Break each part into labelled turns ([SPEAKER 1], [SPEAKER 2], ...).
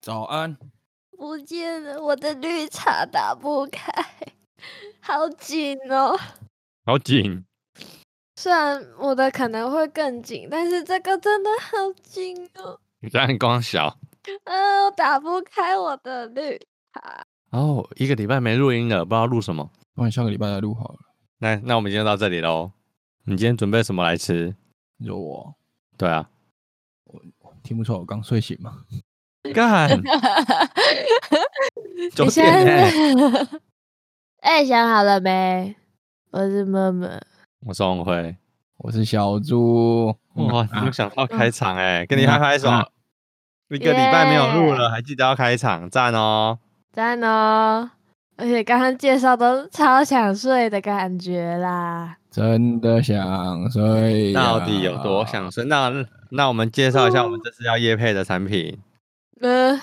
[SPEAKER 1] 早安，
[SPEAKER 2] 不见了，我的绿茶打不开，好紧哦。
[SPEAKER 3] 好紧，
[SPEAKER 2] 虽然我的可能会更紧，但是这个真的好紧哦。
[SPEAKER 3] 你 这样光小
[SPEAKER 2] 啊，我打不开我的 绿。
[SPEAKER 3] 哦，一个礼拜没录音了，不知道录什么。
[SPEAKER 1] 不然下个礼拜来录好了。
[SPEAKER 3] 那那我们今天就到这里喽。你今天准备什么来吃？
[SPEAKER 1] 你说我
[SPEAKER 3] 对啊，
[SPEAKER 1] 听不出来我刚睡醒吗？
[SPEAKER 3] 干 九
[SPEAKER 2] 你现
[SPEAKER 3] 点欸
[SPEAKER 2] 在
[SPEAKER 3] 呢、
[SPEAKER 2] 是 哎，想好了没？我是妈妈。
[SPEAKER 3] 我是王辉。
[SPEAKER 1] 我是小猪。
[SPEAKER 3] 哇，没有想到
[SPEAKER 2] 嗯
[SPEAKER 3] 开场哎、跟你拍拍手。
[SPEAKER 1] 嗯
[SPEAKER 3] 一个礼拜没有录了，还记得要开场，赞哦！
[SPEAKER 2] 赞哦！而且刚刚介绍都超想睡的感觉啦。
[SPEAKER 1] 真的想睡
[SPEAKER 2] 啊
[SPEAKER 1] 呀、
[SPEAKER 3] 到底有多想睡？那那我们介绍一下我们这次要夜配的产品。
[SPEAKER 2] 嗯、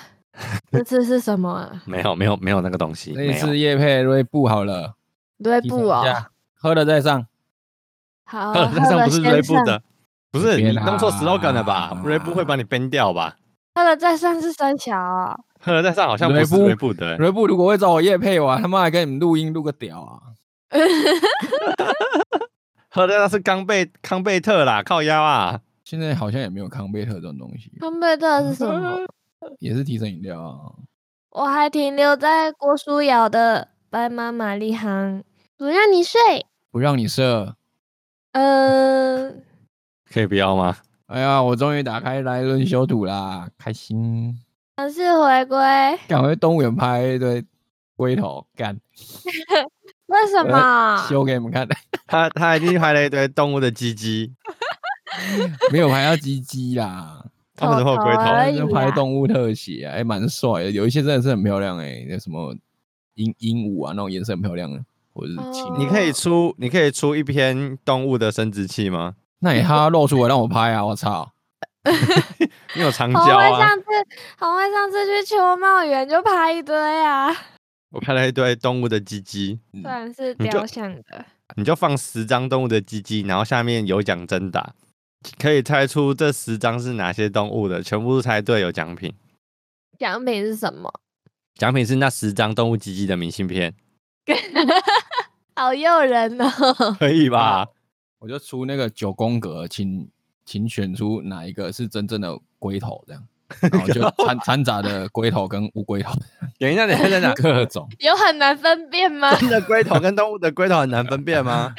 [SPEAKER 2] 这次是什么啊？
[SPEAKER 3] 没有，没有，没有那个东西，
[SPEAKER 1] 这
[SPEAKER 3] 没
[SPEAKER 1] 一
[SPEAKER 3] 有。
[SPEAKER 1] 次夜配瑞布好了，
[SPEAKER 2] 锐
[SPEAKER 1] 提
[SPEAKER 2] 步
[SPEAKER 1] 醒一
[SPEAKER 2] 哦，
[SPEAKER 1] 下，喝了再上。
[SPEAKER 2] 好，
[SPEAKER 3] 呃，那
[SPEAKER 2] 喝
[SPEAKER 3] 上
[SPEAKER 2] 了
[SPEAKER 3] 不是
[SPEAKER 2] 啊先
[SPEAKER 3] 锐步
[SPEAKER 2] 上，啊
[SPEAKER 3] 的，不是
[SPEAKER 1] 别
[SPEAKER 3] 你
[SPEAKER 1] 啦
[SPEAKER 3] 弄错 slogan 了吧？锐步会把你 ban 掉吧？
[SPEAKER 2] 喝了再上是三小哦、
[SPEAKER 3] 喝了再上好像不
[SPEAKER 1] 锐
[SPEAKER 3] 是
[SPEAKER 1] 步
[SPEAKER 3] 锐步的、欸，
[SPEAKER 1] 瑞布如果会找我夜配我还他妈还跟你们录音录个屌啊！
[SPEAKER 3] 喝了再上是康贝康贝特啦，靠腰啊！
[SPEAKER 1] 现在好像也没有康贝特这种东西，
[SPEAKER 2] 康贝特是 什么？
[SPEAKER 1] 也是提神饮料啊。
[SPEAKER 2] 我还停留在郭书瑶的《白马玛丽行》，不让你睡。
[SPEAKER 1] 不让你射。
[SPEAKER 2] 嗯、
[SPEAKER 3] 可以不要吗？
[SPEAKER 1] 哎呀，我终于打开莱伦修图啦，开心！
[SPEAKER 2] 尝试回归，
[SPEAKER 1] 赶回动物园拍一堆龟头，干
[SPEAKER 2] 为什
[SPEAKER 3] 呃
[SPEAKER 2] 么？
[SPEAKER 1] 修给你们看，
[SPEAKER 3] 他他已经拍了一堆动物的 鸡鸡，
[SPEAKER 1] 没有拍到鸡鸡啦，
[SPEAKER 3] 他们怎么会有龟
[SPEAKER 2] 头
[SPEAKER 3] 头？
[SPEAKER 2] 而已
[SPEAKER 1] 就拍
[SPEAKER 2] 啦
[SPEAKER 1] 动物特写啊，还蛮帅的，有一些真的是很漂亮哎、那什么鹦鹦鹉啊，那种颜色很漂亮的，或者是青
[SPEAKER 2] 哦
[SPEAKER 1] 蛙，
[SPEAKER 3] 你可以出你可以出一篇动物的生殖器吗？
[SPEAKER 1] 那你他露出来让我拍啊，我操！
[SPEAKER 3] 你有长
[SPEAKER 2] 红
[SPEAKER 3] 焦
[SPEAKER 2] 会
[SPEAKER 3] 啊？
[SPEAKER 2] 上次，红会上次去秋茂园就拍一堆啊，
[SPEAKER 3] 我拍了一堆动物的鸡鸡，
[SPEAKER 1] 嗯
[SPEAKER 2] 虽然是
[SPEAKER 3] 你就
[SPEAKER 2] 雕像的。
[SPEAKER 3] 你就放十张动物的鸡鸡，然后下面有奖征答，可以猜出这十张是哪些动物的，全部猜对有奖品。
[SPEAKER 2] 奖品是什么？
[SPEAKER 3] 奖品是那十张动物鸡鸡的明信片，
[SPEAKER 2] 好诱人哦！
[SPEAKER 3] 可以吧？
[SPEAKER 1] 我就出那个九宫格，请请选出哪一个是真正的龟头这样。然后就掺掺杂的龟头跟乌龟头，
[SPEAKER 3] 等一下，等一下， 等一 下，
[SPEAKER 1] 各种
[SPEAKER 2] 有很难分辨 吗？
[SPEAKER 3] 真的龟头跟动物的龟头很难分 辨吗？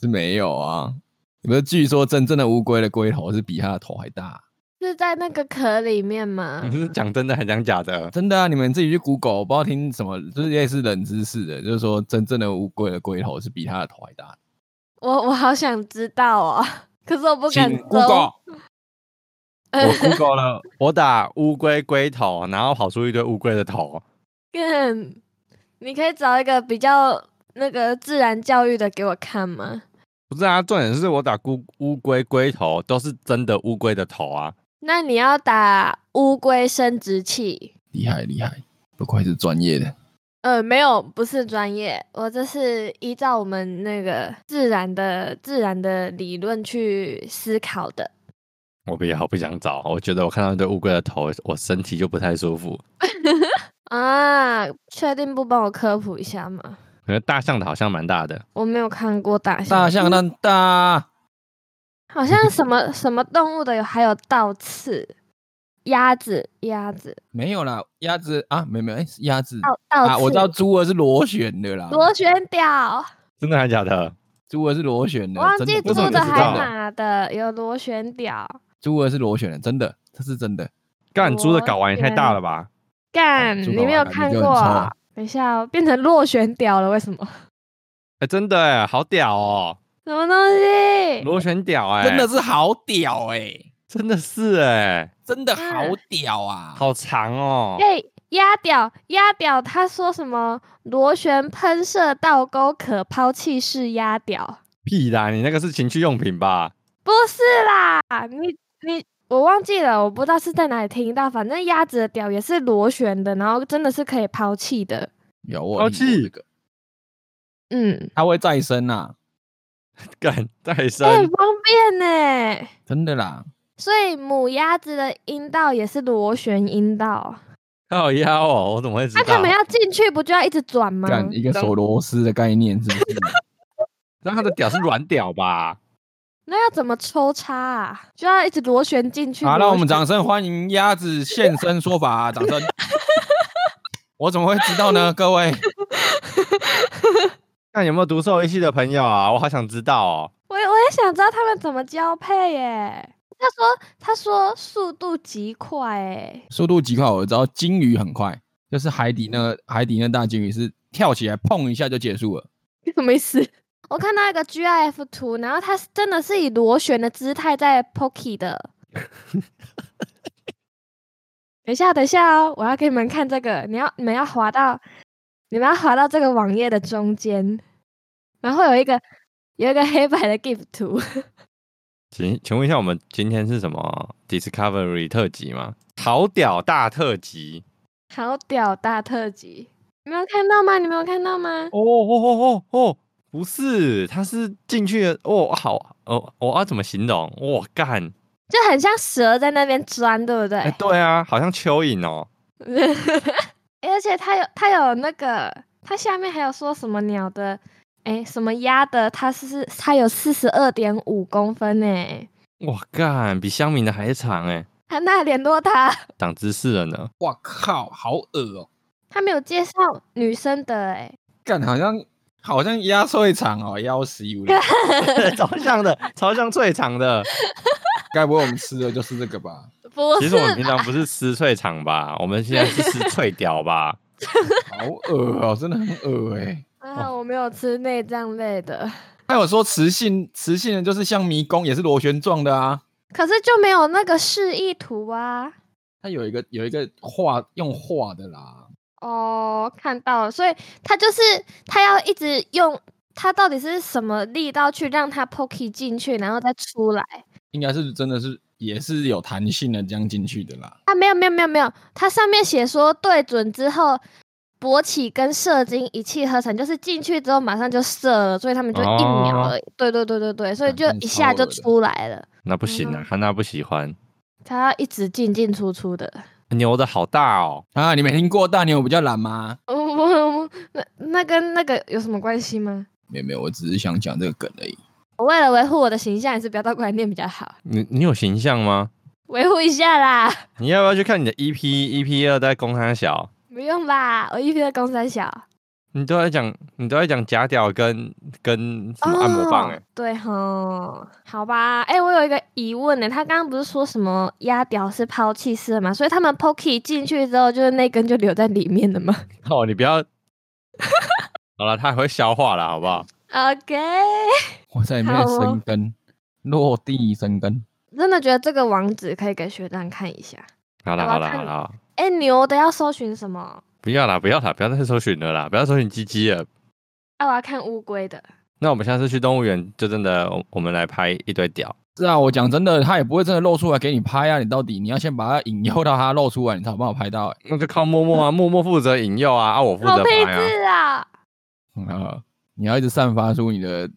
[SPEAKER 1] 是没有啊。不是，据说真正的乌龟的龟头是比它的头还大，
[SPEAKER 2] 是在那个壳里面吗
[SPEAKER 3] 你？是讲真的还讲假的？
[SPEAKER 1] 真的啊！你们自己去 Google，我不知道听什么，就是类似冷知识的，就是说真正的乌龟的龟头是比它的头还大的。
[SPEAKER 2] 我我好想知道哦，可是我不敢
[SPEAKER 1] 请
[SPEAKER 2] 搜
[SPEAKER 1] Google，
[SPEAKER 3] 我 Google 了，我打乌龟龟头，然后跑出一堆乌龟的头。
[SPEAKER 2] 更，你可以找一个比较那个自然教育的给我看吗？
[SPEAKER 3] 不是啊，重点是我打乌乌龟龟头都是真的乌龟的头啊。
[SPEAKER 2] 那你要打乌龟生殖器？
[SPEAKER 1] 厉害厉害，不愧是专业的。
[SPEAKER 2] 呃，没有，不是专业，我这是依照我们那个自然的自然的理论去思考的。
[SPEAKER 3] 我不要，不想找。我觉得我看到一堆乌龟的头，我身体就不太舒服。
[SPEAKER 2] 啊，确定不帮我科普一下吗？
[SPEAKER 3] 可是大象的好像蛮大的，
[SPEAKER 2] 我没有看过大象，
[SPEAKER 1] 大象那么大，
[SPEAKER 2] 好像什么什么动物的有，还有倒刺、鸭子、鸭子、
[SPEAKER 1] 没有啦，鸭子啊，没有没有，哎、是鸭子
[SPEAKER 2] 倒倒刺、
[SPEAKER 1] 啊，我知道猪儿是螺旋的啦，
[SPEAKER 2] 螺旋屌，
[SPEAKER 3] 真的还假的？
[SPEAKER 1] 猪儿是螺旋的，
[SPEAKER 2] 我忘记
[SPEAKER 1] 真的
[SPEAKER 2] 猪
[SPEAKER 3] 为什么你
[SPEAKER 2] 的
[SPEAKER 3] 知道
[SPEAKER 2] 海
[SPEAKER 3] 啊
[SPEAKER 2] 马的有螺旋屌，
[SPEAKER 1] 猪儿是螺旋的，真的，这是真的。
[SPEAKER 3] 干猪的睾丸也太
[SPEAKER 2] 天
[SPEAKER 3] 大了吧？
[SPEAKER 2] 干，
[SPEAKER 1] 猪
[SPEAKER 2] 你
[SPEAKER 1] 睾
[SPEAKER 2] 没有
[SPEAKER 1] 丸
[SPEAKER 2] 看
[SPEAKER 1] 你就
[SPEAKER 2] 过
[SPEAKER 1] 很
[SPEAKER 2] 啊？等一下、哦，变成螺旋屌了，为什么？
[SPEAKER 3] 哎、真的哎，好屌哦，
[SPEAKER 2] 什么东西？
[SPEAKER 3] 螺旋屌哎，
[SPEAKER 1] 真的是好屌哎、
[SPEAKER 3] 真的是哎，
[SPEAKER 1] 真的好
[SPEAKER 2] 嗯
[SPEAKER 1] 屌啊！
[SPEAKER 3] 好长哦。
[SPEAKER 2] 哎、鸭屌，鸭屌，他说什么？螺旋喷射倒钩可抛弃式鸭屌。
[SPEAKER 3] 屁啦，你那个是情趣用品吧？
[SPEAKER 2] 不是啦，你你我忘记了，我不知道是在哪里听到，反正鸭子的屌也是螺旋的，然后真的是可以抛弃的。
[SPEAKER 1] 有我
[SPEAKER 3] 抛
[SPEAKER 1] 有听过
[SPEAKER 3] 弃
[SPEAKER 1] 这个，
[SPEAKER 2] 嗯，
[SPEAKER 1] 它会再生啊呐、
[SPEAKER 3] 干再
[SPEAKER 2] 哎、
[SPEAKER 3] 生
[SPEAKER 2] 很方便呢、
[SPEAKER 1] 真的啦。
[SPEAKER 2] 所以母鸭子的阴道也是螺旋阴道，
[SPEAKER 3] 好妖哦，我怎么会知
[SPEAKER 2] 那
[SPEAKER 3] 道？
[SPEAKER 2] 他们要进去不就要一直转吗？
[SPEAKER 1] 干一个
[SPEAKER 3] 当
[SPEAKER 1] 手螺丝的概念是不是？
[SPEAKER 3] 那他的屌是软屌吧？
[SPEAKER 2] 那要怎么抽插啊？就要一直螺旋进去。
[SPEAKER 1] 好，
[SPEAKER 2] 螺
[SPEAKER 1] 让我们
[SPEAKER 2] 旋
[SPEAKER 1] 掌声欢迎鸭子现身说法、啊掌 声。我怎么会知道呢？各位，
[SPEAKER 3] 看有没有读兽医系的朋友啊？我好想知道哦。
[SPEAKER 2] 我也我也想知道他们怎么交配耶。他说他说速度极快哎，
[SPEAKER 1] 速度极快，我知道金鱼很快，就是海底那个海底那大金鱼是跳起来碰一下就结束了。
[SPEAKER 2] 什么意思？我看到一个 GIF 图，然后它是真的是以螺旋的姿态在 Pocky 的。等一下，等一下哦，我要给你们看这个，你要你们要滑到，你们要滑到这个网页的中间，然后有一个有一个黑白的 GIF 图，
[SPEAKER 3] 请请问一下，我们今天是什么 Discovery 特辑吗？好屌大特辑！
[SPEAKER 2] 好屌大特辑，你没有看到吗？你没有看到吗？
[SPEAKER 3] 哦哦哦哦哦，不是，他是进去的哦，好哦，我、要怎么形容？我、干，
[SPEAKER 2] 就很像蛇在那边钻，对不对？
[SPEAKER 3] 哎、对啊，好像蚯蚓哦。
[SPEAKER 2] 而且它有它有那个，它下面还有说什么鸟的，哎，什么鸭的，它是它有四十二点五公分呢，
[SPEAKER 3] 我干，比香米的还长哎，
[SPEAKER 2] 还那联络它，
[SPEAKER 3] 长知识了呢。
[SPEAKER 1] 哇靠，好恶哦、
[SPEAKER 2] 它没有介绍女生的哎，
[SPEAKER 1] 干好像好像压岁场哦，幺十一五。
[SPEAKER 3] 超像的，超像最长的。
[SPEAKER 1] 该不会我们吃的就是这个吧？
[SPEAKER 2] 不
[SPEAKER 3] 其
[SPEAKER 2] 是
[SPEAKER 3] 实我们平常不是吃脆肠吧，我们现在是吃脆屌吧。
[SPEAKER 1] 好恶哦、真的很恶哎、
[SPEAKER 2] 啊，我没有吃内脏类的，
[SPEAKER 1] 还有说雌性，雌性的就是像迷宫，也是螺旋状的啊。
[SPEAKER 2] 可是就没有那个示意图啊。
[SPEAKER 1] 它有一个有一个画用画的啦，
[SPEAKER 2] 哦，看到了，所以他就是他要一直用，他到底是什么力道去让他 pokey 进去，然后再出来？
[SPEAKER 1] 应该是真的是也是有弹性的这样进去的啦。
[SPEAKER 2] 啊，没有没有没有没有，它上面写说对准之后，勃起跟射精一气呵成，就是进去之后马上就射了，所以他们就一秒
[SPEAKER 3] 哦
[SPEAKER 2] 而已。对对对对对，所以
[SPEAKER 1] 干
[SPEAKER 2] 就
[SPEAKER 1] 真的
[SPEAKER 2] 一
[SPEAKER 1] 超
[SPEAKER 2] 下就
[SPEAKER 1] 恶的
[SPEAKER 2] 出来了。
[SPEAKER 3] 那不行啊，他那不喜欢。
[SPEAKER 2] 他要一直进进出出的。
[SPEAKER 3] 牛的好大哦，
[SPEAKER 1] 啊，你没听过大牛比较懒吗？
[SPEAKER 2] 我我我那那跟那个有什么关系吗？
[SPEAKER 1] 没有没有，我只是想讲这个梗而已。
[SPEAKER 2] 我为了维护我的形象，还是不要到观念比较好，
[SPEAKER 3] 你你有形象吗？
[SPEAKER 2] 维护一下啦。
[SPEAKER 3] 你要不要去看你的 E EP EP 二在公他小？
[SPEAKER 2] 不用吧，我一批的公三小。
[SPEAKER 3] 你都在讲你都在讲假屌跟跟什么按摩棒哎、
[SPEAKER 2] 哦对吼，好吧，哎、我有一个疑问呢、他刚刚不是说什么压屌是抛弃式的嘛，所以他们 pokey 进去之后，就是那根就留在里面的 吗
[SPEAKER 3] 哦，你不 要。好了，它还会消化了，好不好？
[SPEAKER 2] ？OK，
[SPEAKER 1] 我在里面
[SPEAKER 2] 好哦
[SPEAKER 1] 生根，落地生根。
[SPEAKER 2] 真的觉得这个网址可以给学长看一下。
[SPEAKER 3] 好了，
[SPEAKER 2] 好
[SPEAKER 3] 好
[SPEAKER 2] 吧
[SPEAKER 3] 了，
[SPEAKER 2] 看
[SPEAKER 3] 好了，
[SPEAKER 2] 哎、牛的要搜寻什么？
[SPEAKER 3] 不要啦，不要啦，不要再搜寻了啦，不要搜寻鸡鸡了。
[SPEAKER 2] 啊，我要看乌龟的。
[SPEAKER 3] 那我们下次去动物园，就真的我我们来拍一堆屌。
[SPEAKER 1] 是啊，我讲真的，它也不会真的露出来给你拍啊。你到底你要先把它引诱到它露出来，你才有办法拍到、欸。
[SPEAKER 3] 那就靠默默 啊，默默负责引诱啊，啊我负
[SPEAKER 2] 好
[SPEAKER 3] 责
[SPEAKER 2] 配
[SPEAKER 3] 拍啊。
[SPEAKER 2] 置啊！
[SPEAKER 1] 嗯啊，你要一直散发出你的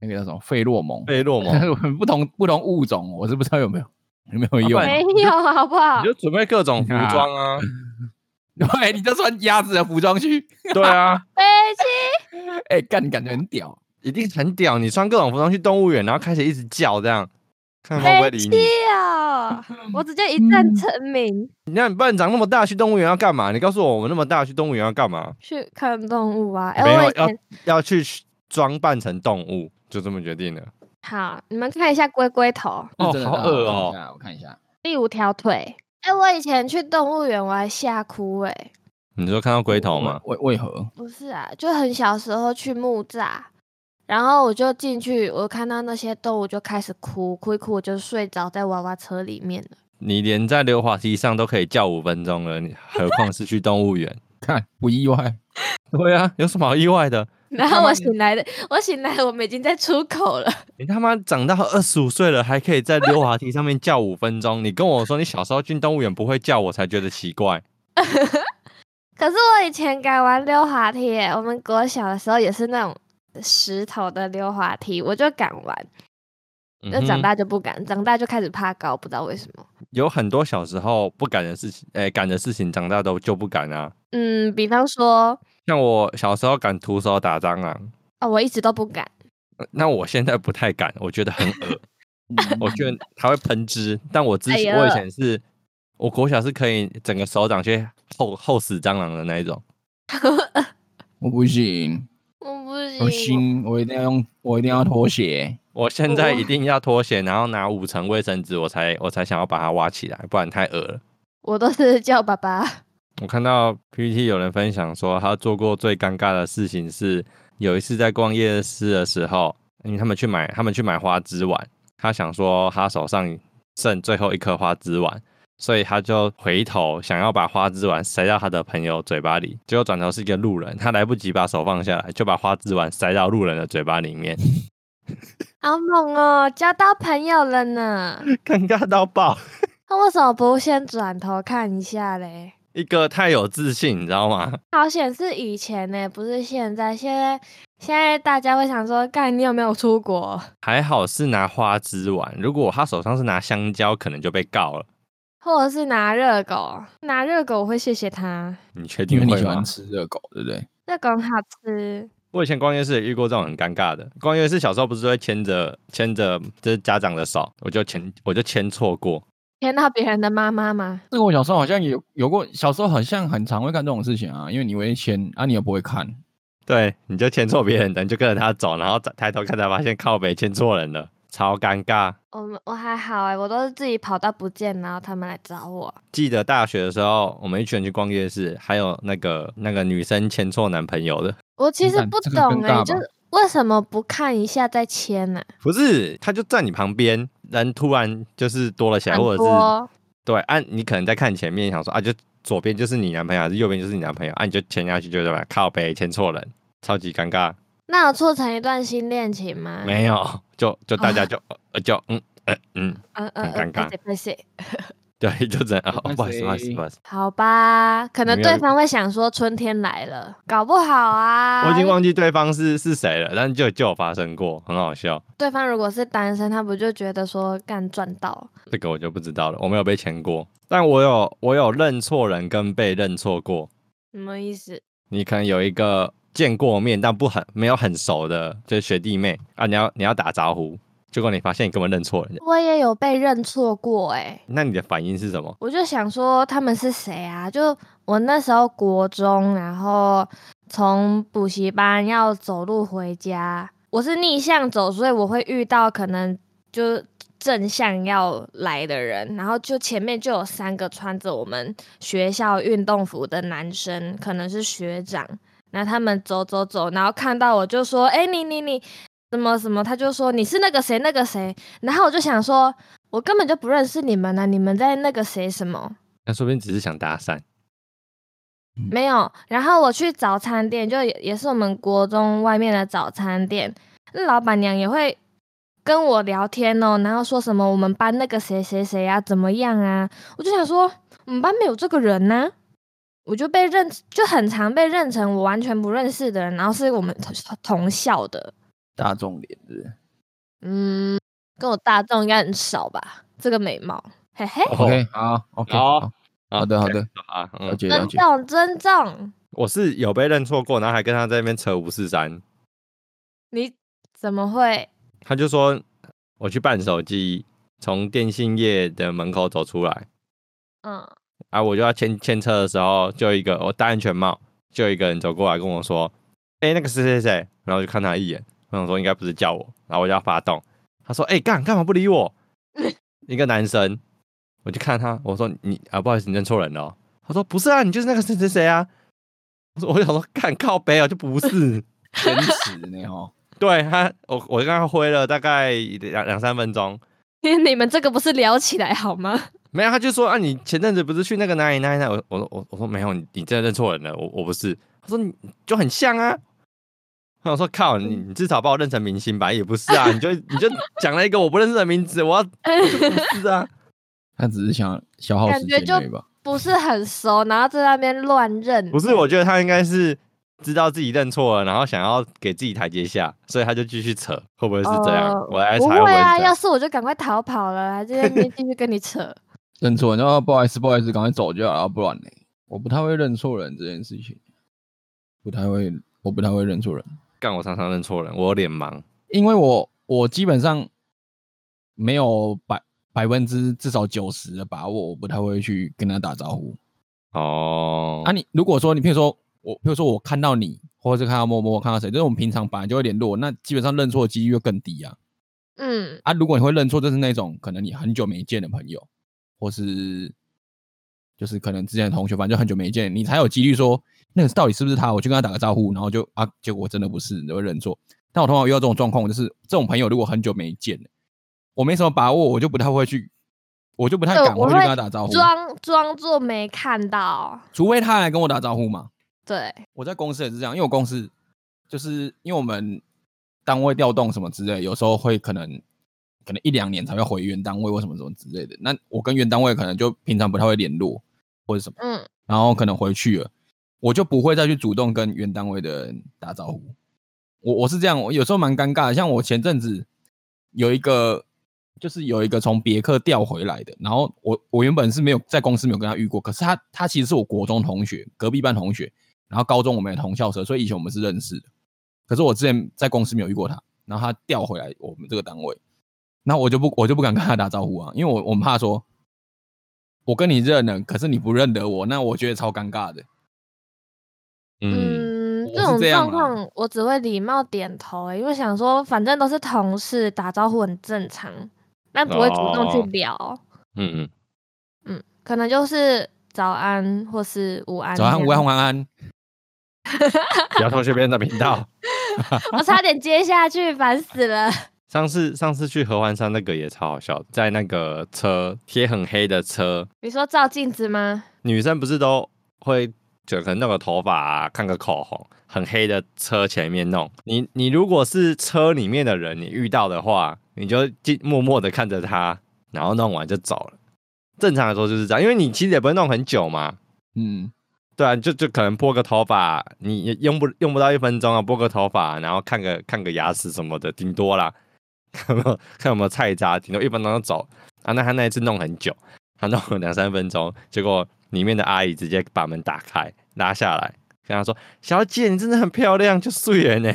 [SPEAKER 1] 那个叫什么费洛蒙，
[SPEAKER 3] 贝洛蒙，
[SPEAKER 1] 不同不同物种，我是不知道有没有有没有用、
[SPEAKER 3] 啊
[SPEAKER 1] 啊
[SPEAKER 3] 不。
[SPEAKER 2] 没有，好不好
[SPEAKER 3] 你？就准备各种服 装啊。
[SPEAKER 1] 对，你这穿鸭子的服装去，
[SPEAKER 3] 对啊，
[SPEAKER 2] 飞机
[SPEAKER 1] 哎、干，感觉很屌。
[SPEAKER 3] 一定很屌。你穿各种服装去动物园，然后开始一直叫这样，看会不会理你。
[SPEAKER 2] 哦，我直接 一战
[SPEAKER 1] 嗯
[SPEAKER 2] 成名，
[SPEAKER 3] 你看你班长那么大去动物园要干嘛？你告诉我，我们那么大去动物园要干嘛？
[SPEAKER 2] 去看动物啊！哎、
[SPEAKER 3] 没
[SPEAKER 2] 我
[SPEAKER 3] 有
[SPEAKER 2] 以前
[SPEAKER 3] 要要去装扮成动物，就这么决定了。
[SPEAKER 2] 好，你们看一下龟龟头。
[SPEAKER 3] 哦
[SPEAKER 1] 是真的
[SPEAKER 3] 好
[SPEAKER 1] 大我
[SPEAKER 3] 恶
[SPEAKER 1] 看
[SPEAKER 3] 哦
[SPEAKER 1] 一下我看一下，
[SPEAKER 2] 第五条腿。哎、我以前去动物园我还吓哭哎、
[SPEAKER 3] 你说看到龟头吗？
[SPEAKER 1] 为为何？
[SPEAKER 2] 不是啊，就很小时候去木栅，然后我就进去，我看到那些动物就开始哭，哭一哭我就睡着在娃娃车里面 了。
[SPEAKER 3] 你连在溜滑梯上都可以叫五分钟了，你何况是去动物园？
[SPEAKER 1] 看不意 外，
[SPEAKER 3] 对啊，有什么好意外的？
[SPEAKER 2] 然
[SPEAKER 1] 干
[SPEAKER 2] 后
[SPEAKER 1] 嘛
[SPEAKER 2] 我
[SPEAKER 1] 你
[SPEAKER 2] 醒来的，我醒来我们已经在出口了。
[SPEAKER 3] 你他妈长到二十五岁了，还可以在溜滑梯上面叫五分钟？你跟我说你小时候进动物园不会叫，我才觉得奇怪。
[SPEAKER 2] 可是我以前敢玩溜滑梯耶、我们国小的时候也是那种石头的溜滑梯，我就敢玩，
[SPEAKER 3] 嗯
[SPEAKER 2] 就长
[SPEAKER 3] 哼
[SPEAKER 2] 大就不敢，长大就开始怕高，不知道为什么。
[SPEAKER 3] 有很多小时候不敢的事情，哎、敢的事情，长大都就不敢啊。
[SPEAKER 2] 嗯，比方说
[SPEAKER 3] 像我小时候敢徒手打蟑螂，
[SPEAKER 2] 哦，我一直都不敢。
[SPEAKER 3] 呃那我现在不太敢，我觉得很恶，
[SPEAKER 1] 嗯
[SPEAKER 3] 我觉得它会喷汁。但我之
[SPEAKER 2] 哎
[SPEAKER 3] 前、我以
[SPEAKER 2] 呀
[SPEAKER 3] 前是，我国小是可以整个手掌去后后死蟑螂的那一种。
[SPEAKER 1] 我不行，
[SPEAKER 2] 我不行，
[SPEAKER 1] 我心我一定要用，我一定要脱鞋。
[SPEAKER 3] 我现在
[SPEAKER 2] 我
[SPEAKER 3] 一定要脱鞋，然后拿五层卫生纸，我才我才想要把它挖起来，不然太恶了。
[SPEAKER 2] 我都是 叫爸爸。
[SPEAKER 3] 我看到 PPT 有人分享说，他做过最尴尬的事情是，有一次在逛夜市的时候，因为他们去买他们去买花枝丸，他想说他手上剩最后一颗花枝丸，所以他就回头想要把花枝丸塞到他的朋友嘴巴里，结果转头是一个路人，他来不及把手放下来，就把花枝丸塞到路人的嘴巴里面，
[SPEAKER 2] 好猛哦，交到朋友了 呢。
[SPEAKER 3] 尴尬到爆。
[SPEAKER 2] 他为什么不先转头看一下嘞？
[SPEAKER 3] 一个太有自信，你知道吗？
[SPEAKER 2] 好险是以前呢、不是现在。现在现在大家会想说，干你有没有出国？
[SPEAKER 3] 还好是拿花枝丸，如果他手上是拿香蕉，可能就被告了。
[SPEAKER 2] 或者是拿热狗，拿热狗我会谢谢他，
[SPEAKER 3] 你确
[SPEAKER 1] 因
[SPEAKER 3] 定
[SPEAKER 1] 为你
[SPEAKER 3] 会
[SPEAKER 1] 喜
[SPEAKER 3] 吗
[SPEAKER 1] 欢？吃热狗，对不对？
[SPEAKER 2] 热狗很好吃。
[SPEAKER 3] 我以前逛夜市也遇过这种很尴尬的。逛夜市小时候不是会牵着牵着就是家长的手，我就牵我就牵错过。
[SPEAKER 2] 骗到别人的妈妈吗？
[SPEAKER 1] 这个我小时候好像有有过，小时候好像很常会干这种事情啊，因为你会先啊，你又不会看，
[SPEAKER 3] 对，你就牵错别人的，你就跟着他走，然后抬头看才发现靠北牵错人了，超尴尬。
[SPEAKER 2] 我们我还好哎、我都是自己跑到不见，然后他们来找我。
[SPEAKER 3] 记得大学的时候，我们一群人去逛夜市，还有那个那个女生牵错男朋友的，
[SPEAKER 2] 我其实
[SPEAKER 1] 干
[SPEAKER 2] 不
[SPEAKER 1] 这个更
[SPEAKER 2] 懂哎、
[SPEAKER 1] 尬
[SPEAKER 2] 就
[SPEAKER 1] 吧
[SPEAKER 2] 是为什么不看一下再签呢、
[SPEAKER 3] 不是，他就站你旁边，人突然就是多了起来，
[SPEAKER 2] 很
[SPEAKER 3] 或者是
[SPEAKER 2] 多
[SPEAKER 3] 对，啊，你可能在看前面，想说啊，就左边就是你男朋友，还是右边就是你男朋友，啊，你就牵下去，就对吧？靠背牵错人，超级尴尬。
[SPEAKER 2] 那有促成一段新恋情吗？
[SPEAKER 3] 没有，就就大家就、呃就嗯呃嗯，
[SPEAKER 2] 嗯，嗯嗯，
[SPEAKER 3] 很尴尬
[SPEAKER 2] 对不起，
[SPEAKER 3] 对，就这样。 啊
[SPEAKER 1] 没关
[SPEAKER 3] 不好意思，不好意思，
[SPEAKER 1] 系
[SPEAKER 3] 不好意思，
[SPEAKER 2] 好吧，可能
[SPEAKER 3] 没有
[SPEAKER 2] 对方会想说春天来了，搞不好啊。
[SPEAKER 3] 我已经忘记对方是是谁了，但就就有发生过，很好笑。
[SPEAKER 2] 对方如果是单身，他不就觉得说干赚到？
[SPEAKER 3] 这个我就不知道了，我没有被牵过，但我有我有认错人跟被认错过。
[SPEAKER 2] 什么意思？
[SPEAKER 3] 你可能有一个见过面但不很没有很熟的，就是学弟妹啊，你要你要打招呼，结果你发现你根本认错人，
[SPEAKER 2] 我也有被认错过哎、
[SPEAKER 3] 那你的反应是什么？
[SPEAKER 2] 我就想说他们是谁啊？就我那时候国中，然后从补习班要走路回家，我是逆向走，所以我会遇到可能就正向要来的人，然后就前面就有三个穿着我们学校运动服的男生，可能是学长，然后他们走走走，然后看到我就说：“哎、你你你。”什么什么，他就说你是那个谁那个谁，然后我就想说，我根本就不认识你们啊呢，你们在那个谁什么？
[SPEAKER 3] 那说不定只是想搭讪。
[SPEAKER 2] 没有。然后我去早餐店，就也也是我们国中外面的早餐店，那老板娘也会跟我聊天哦，然后说什么我们班那个谁谁谁啊怎么样啊？我就想说我们班没有这个人呢、我就被认就很常被认成我完全不认识的人，然后是我们同同校的，
[SPEAKER 1] 大众脸是不是
[SPEAKER 2] 嗯，跟我大众应该很少吧？这个美貌，嘿嘿，
[SPEAKER 3] 哦
[SPEAKER 1] ？OK，好，OK，
[SPEAKER 3] 好
[SPEAKER 1] 哦好，好的，好的，
[SPEAKER 3] 啊，
[SPEAKER 1] 了
[SPEAKER 3] 嗯，
[SPEAKER 1] 解了
[SPEAKER 2] 尊
[SPEAKER 1] 解。
[SPEAKER 2] 重尊重。
[SPEAKER 3] 我是有被认错过，然后还跟他在那边扯五四三，
[SPEAKER 2] 你怎么会？
[SPEAKER 3] 他就说我去办手机，从电信业的门口走出来，
[SPEAKER 2] 嗯，
[SPEAKER 3] 啊，我就要牵牵车的时候，就一个我戴安全帽，就一个人走过来跟我说：“哎、那个谁谁谁。”然后我就看他一眼，我想说应该不是叫我，然后我就要发动。他说：“哎、干干嘛不理我？” 一个男生，我就看他，我说：“你啊，不好意思，你认错人了哦、他说：“不是啊，你就是那个谁谁谁啊。”我说：“我想说，干靠背啊，就不是。
[SPEAKER 1] 坚持呢哦，
[SPEAKER 3] 对他，我我跟他挥了大概两两三分钟，
[SPEAKER 2] 你们这个不是聊起来好吗？
[SPEAKER 3] 没有，他就说啊，你前阵子不是去那个哪里哪里哪里？我我说我我说没有，你你真的认错人了，我我不是。他说你就很像啊。我想说靠，你你至少把我认成明星吧，也不 是啊，你就你就讲了一个我不认识的名字，我要我就不是啊。
[SPEAKER 1] 他只是想消耗
[SPEAKER 2] 感
[SPEAKER 1] 时
[SPEAKER 2] 觉
[SPEAKER 1] 间
[SPEAKER 2] 就
[SPEAKER 1] 而已吧。
[SPEAKER 2] 不是很熟，然后在那边乱认，
[SPEAKER 3] 不是，我觉得他应该是知道自己认错了，然后想要给自己台阶下，所以他就继续扯，会不会是这样？
[SPEAKER 2] 哦
[SPEAKER 3] 我来
[SPEAKER 2] 不
[SPEAKER 3] 查会
[SPEAKER 2] 会
[SPEAKER 3] 不会
[SPEAKER 2] 啊！
[SPEAKER 3] 是这
[SPEAKER 2] 要
[SPEAKER 3] 样。
[SPEAKER 2] 是我就赶快逃跑了，还在那边继续跟你扯。
[SPEAKER 1] 认错人，然后不好意思，不好意思，赶快走就好了，不然呢？我不太会认错人这件事情，不太会，我不太会认错人，
[SPEAKER 3] 干我常常认错人，我有脸盲。
[SPEAKER 1] 因为我我基本上没有百百分之至少九十的把握，我不太会去跟他打招呼。
[SPEAKER 3] 哦，
[SPEAKER 1] 啊你，如果说你譬如说我，譬如说我看到你，或者是看到默默，看到谁，就是我们平常本来就会联络，那基本上认错的几率就更低啊。
[SPEAKER 2] 嗯，
[SPEAKER 1] 啊，如果你会认错，就是那种可能你很久没见的朋友，或是就是可能之前的同学，反正就很久没见，你才有几率说那个到底是不是他，我去跟他打个招呼，然后就啊，结果真的不是，你就会认错。但我通常遇到这种状况，我就是这种朋友，如果很久没见了，我没什么把握，我就不太会去，我就不太
[SPEAKER 2] 对
[SPEAKER 1] 敢
[SPEAKER 2] 我
[SPEAKER 1] 会去
[SPEAKER 2] 会
[SPEAKER 1] 跟他打招呼，
[SPEAKER 2] 装装作没看到，
[SPEAKER 1] 除非他来跟我打招呼嘛。
[SPEAKER 2] 对，
[SPEAKER 1] 我在公司也是这样，因为我公司就是因为我们单位调动什么之类，有时候会可能可能一两年才会回原单位或什么什么之类的。那我跟原单位可能就平常不太会联络或者什么，
[SPEAKER 2] 嗯，
[SPEAKER 1] 然后可能回去了，我就不会再去主动跟原单位的人打招呼。我我是这样，我有时候蛮尴尬的。像我前阵子有一个，就是有一个从别克调回来的，然后我我原本是没有在公司没有跟他遇过，可是他他其实是我国中同学，隔壁班同学，然后高中我们也同校车，所以以前我们是认识的。可是我之前在公司没有遇过他，然后他调回来我们这个单位，那我就不我就不敢跟他打招呼啊，因为我我们怕说，我跟你认了，可是你不认得我，那我觉得超尴尬的。
[SPEAKER 3] 嗯，
[SPEAKER 2] 嗯，
[SPEAKER 1] 我
[SPEAKER 2] 这
[SPEAKER 1] 是
[SPEAKER 2] 种
[SPEAKER 1] 这样
[SPEAKER 2] 状
[SPEAKER 1] 啦
[SPEAKER 2] 况我只会礼貌点头、欸，因为想说反正都是同事，打招呼很正常，但不会主动去
[SPEAKER 3] 哦
[SPEAKER 2] 聊。
[SPEAKER 3] 嗯 嗯，
[SPEAKER 2] 嗯，可能就是早安或是午安这
[SPEAKER 1] 早
[SPEAKER 2] 样。
[SPEAKER 1] 安，午安，晚安。
[SPEAKER 3] 不要偷学别人的频道。
[SPEAKER 2] 我差点接下去，烦死了。
[SPEAKER 3] 上次上次去合欢山那个也超好笑的，在那个车贴很黑的车，
[SPEAKER 2] 你说照镜子吗？
[SPEAKER 3] 女生不是都会就可能弄个头发、啊，看个口红，很黑的车前面弄。你你如果是车里面的人，你遇到的话，你就静默默的看着他，然后弄完就走了。正常来说就是这样，因为你其实也不会弄很久嘛。
[SPEAKER 1] 嗯，
[SPEAKER 3] 对啊，就就可能拨个头发，你也用不用不到一分钟啊，拨个头发，然后看个看个牙齿什么的，顶多啦，看有没有看有没有菜渣，顶多一分钟就走啊。那他那一次弄很久，他弄了两三分钟，结果里面的阿姨直接把门打开拉下来，跟他说：“小姐，你真的很漂亮，就素颜呢。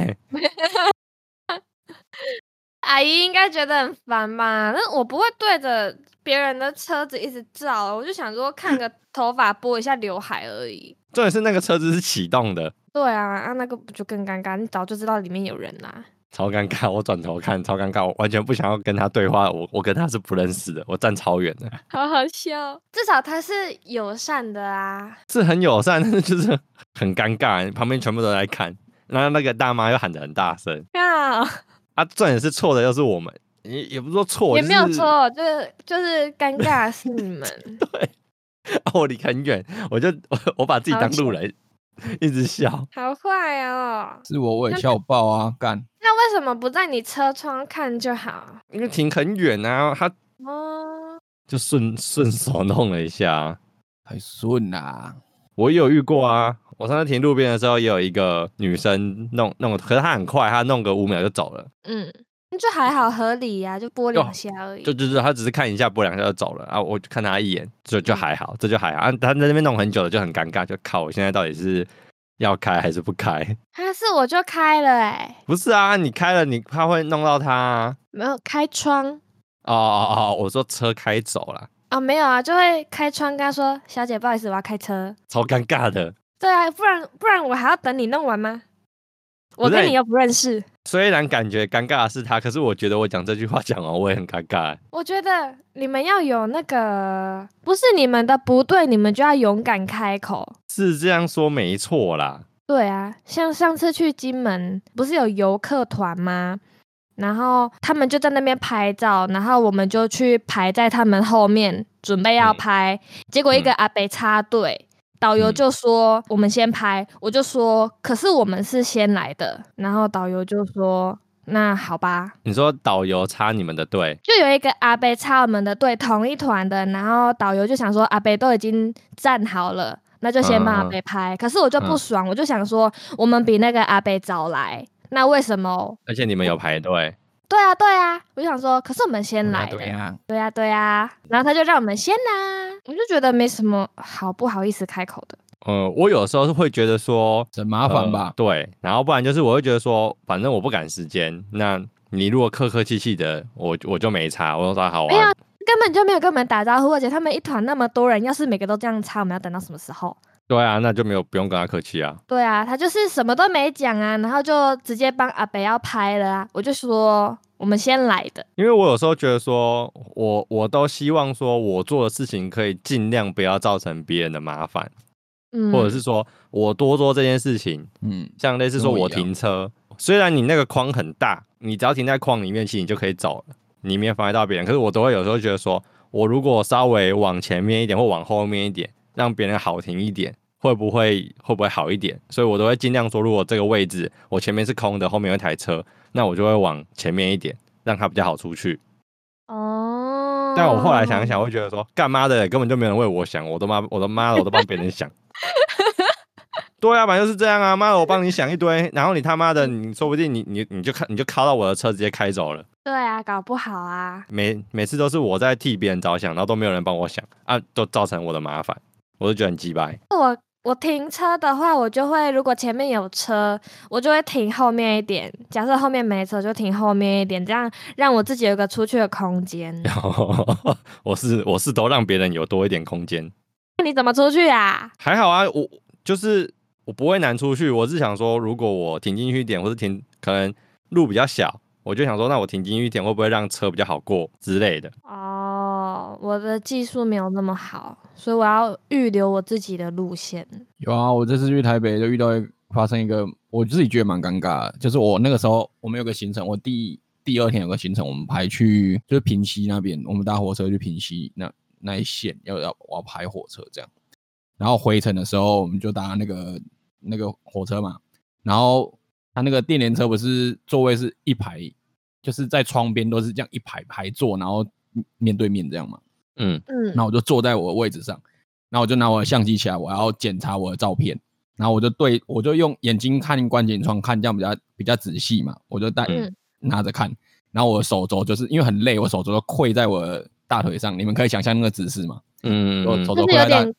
[SPEAKER 2] 阿姨应该觉得很烦吧？那我不会对着别人的车子一直照，我就想说看 个头发拨一下刘海而已。”
[SPEAKER 3] 重点是那个车子是启动的，
[SPEAKER 2] 对啊，啊那个不就更尴尬？你早就知道里面有人啦。
[SPEAKER 3] 超尴尬。我转头看，超尴尬，我完全不想要跟他对话，我我跟他是不认识的，我站超远的，
[SPEAKER 2] 好好笑，至少他是友善的啊。
[SPEAKER 3] 是很友善， 但是就是很尴尬，旁边全部都在看，然后那个大妈又喊得很大声，
[SPEAKER 2] 啊，
[SPEAKER 3] 啊，重点是错的又是我们，也也不是说错，
[SPEAKER 2] 也
[SPEAKER 3] 就
[SPEAKER 2] 没有
[SPEAKER 3] 是，
[SPEAKER 2] 错，就是就是尴尬的是你们。
[SPEAKER 3] 啊，我离很远，我就 我我把自己
[SPEAKER 2] 好
[SPEAKER 3] 当路
[SPEAKER 2] 糗
[SPEAKER 3] 人，一直笑，
[SPEAKER 2] 好坏哦！
[SPEAKER 1] 是我我也笑爆啊，干。
[SPEAKER 2] 那为什么不在你车窗看就好？
[SPEAKER 3] 因为停很远啊，他
[SPEAKER 2] 哦，
[SPEAKER 3] 就顺顺手弄了一下，
[SPEAKER 1] 太顺啦、
[SPEAKER 3] 我也有遇过啊。我上次停路边的时候，也有一个女生弄弄，可是她很快，她弄个五秒就走了，
[SPEAKER 2] 嗯，那就还好，合理呀、就拨两下而已。
[SPEAKER 3] 就就是她只是看一下，拨两下就走了啊。我就看她一眼，就就还好，这就还好。啊，她在那边弄很久了，就很尴尬，就靠，我现在到底是要开还是不开？
[SPEAKER 2] 啊，是我就开了哎、
[SPEAKER 3] 不是啊，你开了你怕会弄到他、啊。
[SPEAKER 2] 没有开窗
[SPEAKER 3] 哦哦哦，我说车开走了，
[SPEAKER 2] 啊、没有啊，就会开窗跟他说：“小姐，不好意思，我要开车。
[SPEAKER 3] 超尴尬的。”
[SPEAKER 2] 对啊，不然不然我还要等你弄完吗？我
[SPEAKER 3] 不是
[SPEAKER 2] 跟
[SPEAKER 3] 你
[SPEAKER 2] 你又不认识，
[SPEAKER 3] 虽然感觉尴尬的是他，可是我觉得我讲这句话讲完我也很尴尬。
[SPEAKER 2] 我觉得你们要有那个，不是你们的不对，你们就要勇敢开口。
[SPEAKER 3] 是这样说没错啦，
[SPEAKER 2] 对啊，像上次去金门，不是有游客团吗？然后他们就在那边拍照，然后我们就去排在他们后面，准备要
[SPEAKER 3] 嗯
[SPEAKER 2] 拍。结果一个阿北插队，导游
[SPEAKER 3] 嗯
[SPEAKER 2] 就说我们先拍，我就说可是我们是先来的。然后导游就说那好吧，
[SPEAKER 3] 你说导游插你们的队，
[SPEAKER 2] 就有一个阿北插我们的队同一团的，然后导游就想说阿北都已经站好了，那就先帮阿
[SPEAKER 3] 嗯嗯嗯
[SPEAKER 2] 北拍。可是我就不
[SPEAKER 3] 嗯
[SPEAKER 2] 爽，我就想说我们比那个阿北早来，那为什么？
[SPEAKER 3] 而且你们有排队，
[SPEAKER 2] 对啊，对啊，我就想说，可是我们先来的，
[SPEAKER 1] 对啊，
[SPEAKER 2] 对啊，对啊，然后他就让我们先啦，我就觉得没什么好不好意思开口的。
[SPEAKER 3] 呃，我有时候是会觉得说
[SPEAKER 1] 很麻烦
[SPEAKER 3] 呃
[SPEAKER 1] 吧？
[SPEAKER 3] 对，然后不然就是我会觉得说，反正我不赶时间，那你如果客客气气的，我我就没差，我说好
[SPEAKER 2] 没有
[SPEAKER 3] 啊，
[SPEAKER 2] 根本就没有跟我们打招呼，而且他们一团那么多人，要是每个都这样插，我们要等到什么时候？
[SPEAKER 3] 对啊，那就没有不用跟他客气啊。
[SPEAKER 2] 对啊，他就是什么都没讲啊，然后就直接帮阿北要拍了啊。我就说我们先来的，
[SPEAKER 3] 因为我有时候觉得说，我我都希望说我做的事情可以尽量不要造成别人的麻烦，
[SPEAKER 2] 嗯，
[SPEAKER 3] 或者是说我多做这件事情，
[SPEAKER 1] 嗯，
[SPEAKER 3] 像类似说我停车，虽然你那个框很大，你只要停在框里面，其实你就可以走了，你没有妨碍到别人。可是我都会有时候觉得说，我如果稍微往前面一点或往后面一点，让别人好停一点，会不会会不会好一点？所以我都会尽量说，如果这个位置我前面是空的，后面有一台车，那我就会往前面一点，让他比较好出去。
[SPEAKER 2] 哦，
[SPEAKER 3] 但我后来想一，想，会觉得说，干妈的根本就没有人为我想，我都妈，我都妈的，我都帮别人想。对啊，反正就是这样啊，妈的，我帮你想一堆，然后你他妈的，你说不定你你你就看你就靠到我的车直接开走了。
[SPEAKER 2] 对啊，搞不好啊，
[SPEAKER 3] 每每次都是我在替别人着想，然后都没有人帮我想啊，都造成我的麻烦，我就觉得很鸡掰。
[SPEAKER 2] 我我停车的话，我就会如果前面有车，我就会停后面一点；假设后面没车，就停后面一点，这样让我自己有个出去的空间。
[SPEAKER 3] 然后我是我是都让别人有多一点空间，
[SPEAKER 2] 那 你怎么出去啊？
[SPEAKER 3] 还好啊，我就是我不会难出去，我是想说，如果我停进去一点，或是停可能路比较小，我就想说，那我停进去一点会不会让车比较好过之类的？
[SPEAKER 2] 哦，我的技术没有那么好，所以我要预留我自己的路线。
[SPEAKER 1] 有啊，我这次去台北就遇到一发生一个，我自己觉得蛮尴尬的，就是我那个时候我们有个行程，我第第二天有个行程，我们排去就是平西那边，我们搭火车去平西那那一线，要要我要排火车这样，然后回程的时候我们就搭那个那个火车嘛，然后它那个电联车不是座位是一排，就是在窗边都是这样一排排坐，然后面对面这样嘛，
[SPEAKER 3] 嗯，
[SPEAKER 2] 嗯，
[SPEAKER 1] 那我就坐在我的位置上，那我就拿我的相机起来，我要检查我的照片，然后我就对我就用眼睛看观景窗看，这样比较比较仔细嘛，我就带、
[SPEAKER 2] 嗯
[SPEAKER 1] 拿着看，然后我的手肘就是因为很累，我手肘都跪在我的大腿上，你们可以想象那个姿势吗？
[SPEAKER 3] 嗯
[SPEAKER 1] 我手肘
[SPEAKER 2] 就是
[SPEAKER 1] 跪
[SPEAKER 2] 有
[SPEAKER 1] 在大
[SPEAKER 2] 点，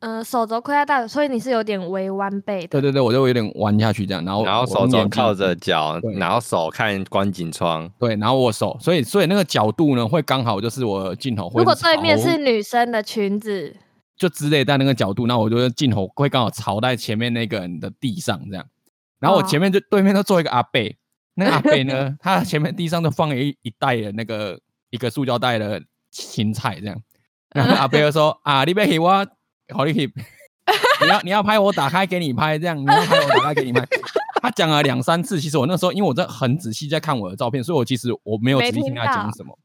[SPEAKER 2] 呃，手肘亏在大腿，所以你是有点微弯背的。
[SPEAKER 1] 对对对，我就有点弯下去这样，然后
[SPEAKER 3] 然后
[SPEAKER 1] 我
[SPEAKER 3] 手
[SPEAKER 1] 用
[SPEAKER 3] 肘
[SPEAKER 1] 眼睛
[SPEAKER 3] 靠着脚
[SPEAKER 1] 对，
[SPEAKER 3] 然后手看观景窗，
[SPEAKER 1] 对，然后我手，所以所以那个角度呢会刚好就是我的镜头会
[SPEAKER 2] 如果对面
[SPEAKER 1] 朝
[SPEAKER 2] 是女生的 裙子，
[SPEAKER 1] 就之类在那个角度，那我就镜头会刚好朝在前面那个人的地上这样。然后我
[SPEAKER 2] 哦
[SPEAKER 1] 前面就、对面都坐一个阿贝，那个阿贝呢，他前面地上就放了一一袋的那个一个塑胶袋的芹菜这样。然后阿贝就说：“啊，你别给我，好你可以，你要你要拍我打开给你拍，这样你要拍我打开给你拍。”他讲了两三次，其实我那时候因为我在很仔细在看我的照片，所以我其实我没有
[SPEAKER 2] 没
[SPEAKER 1] 仔细听
[SPEAKER 2] 听
[SPEAKER 1] 他
[SPEAKER 2] 到
[SPEAKER 1] 讲什么。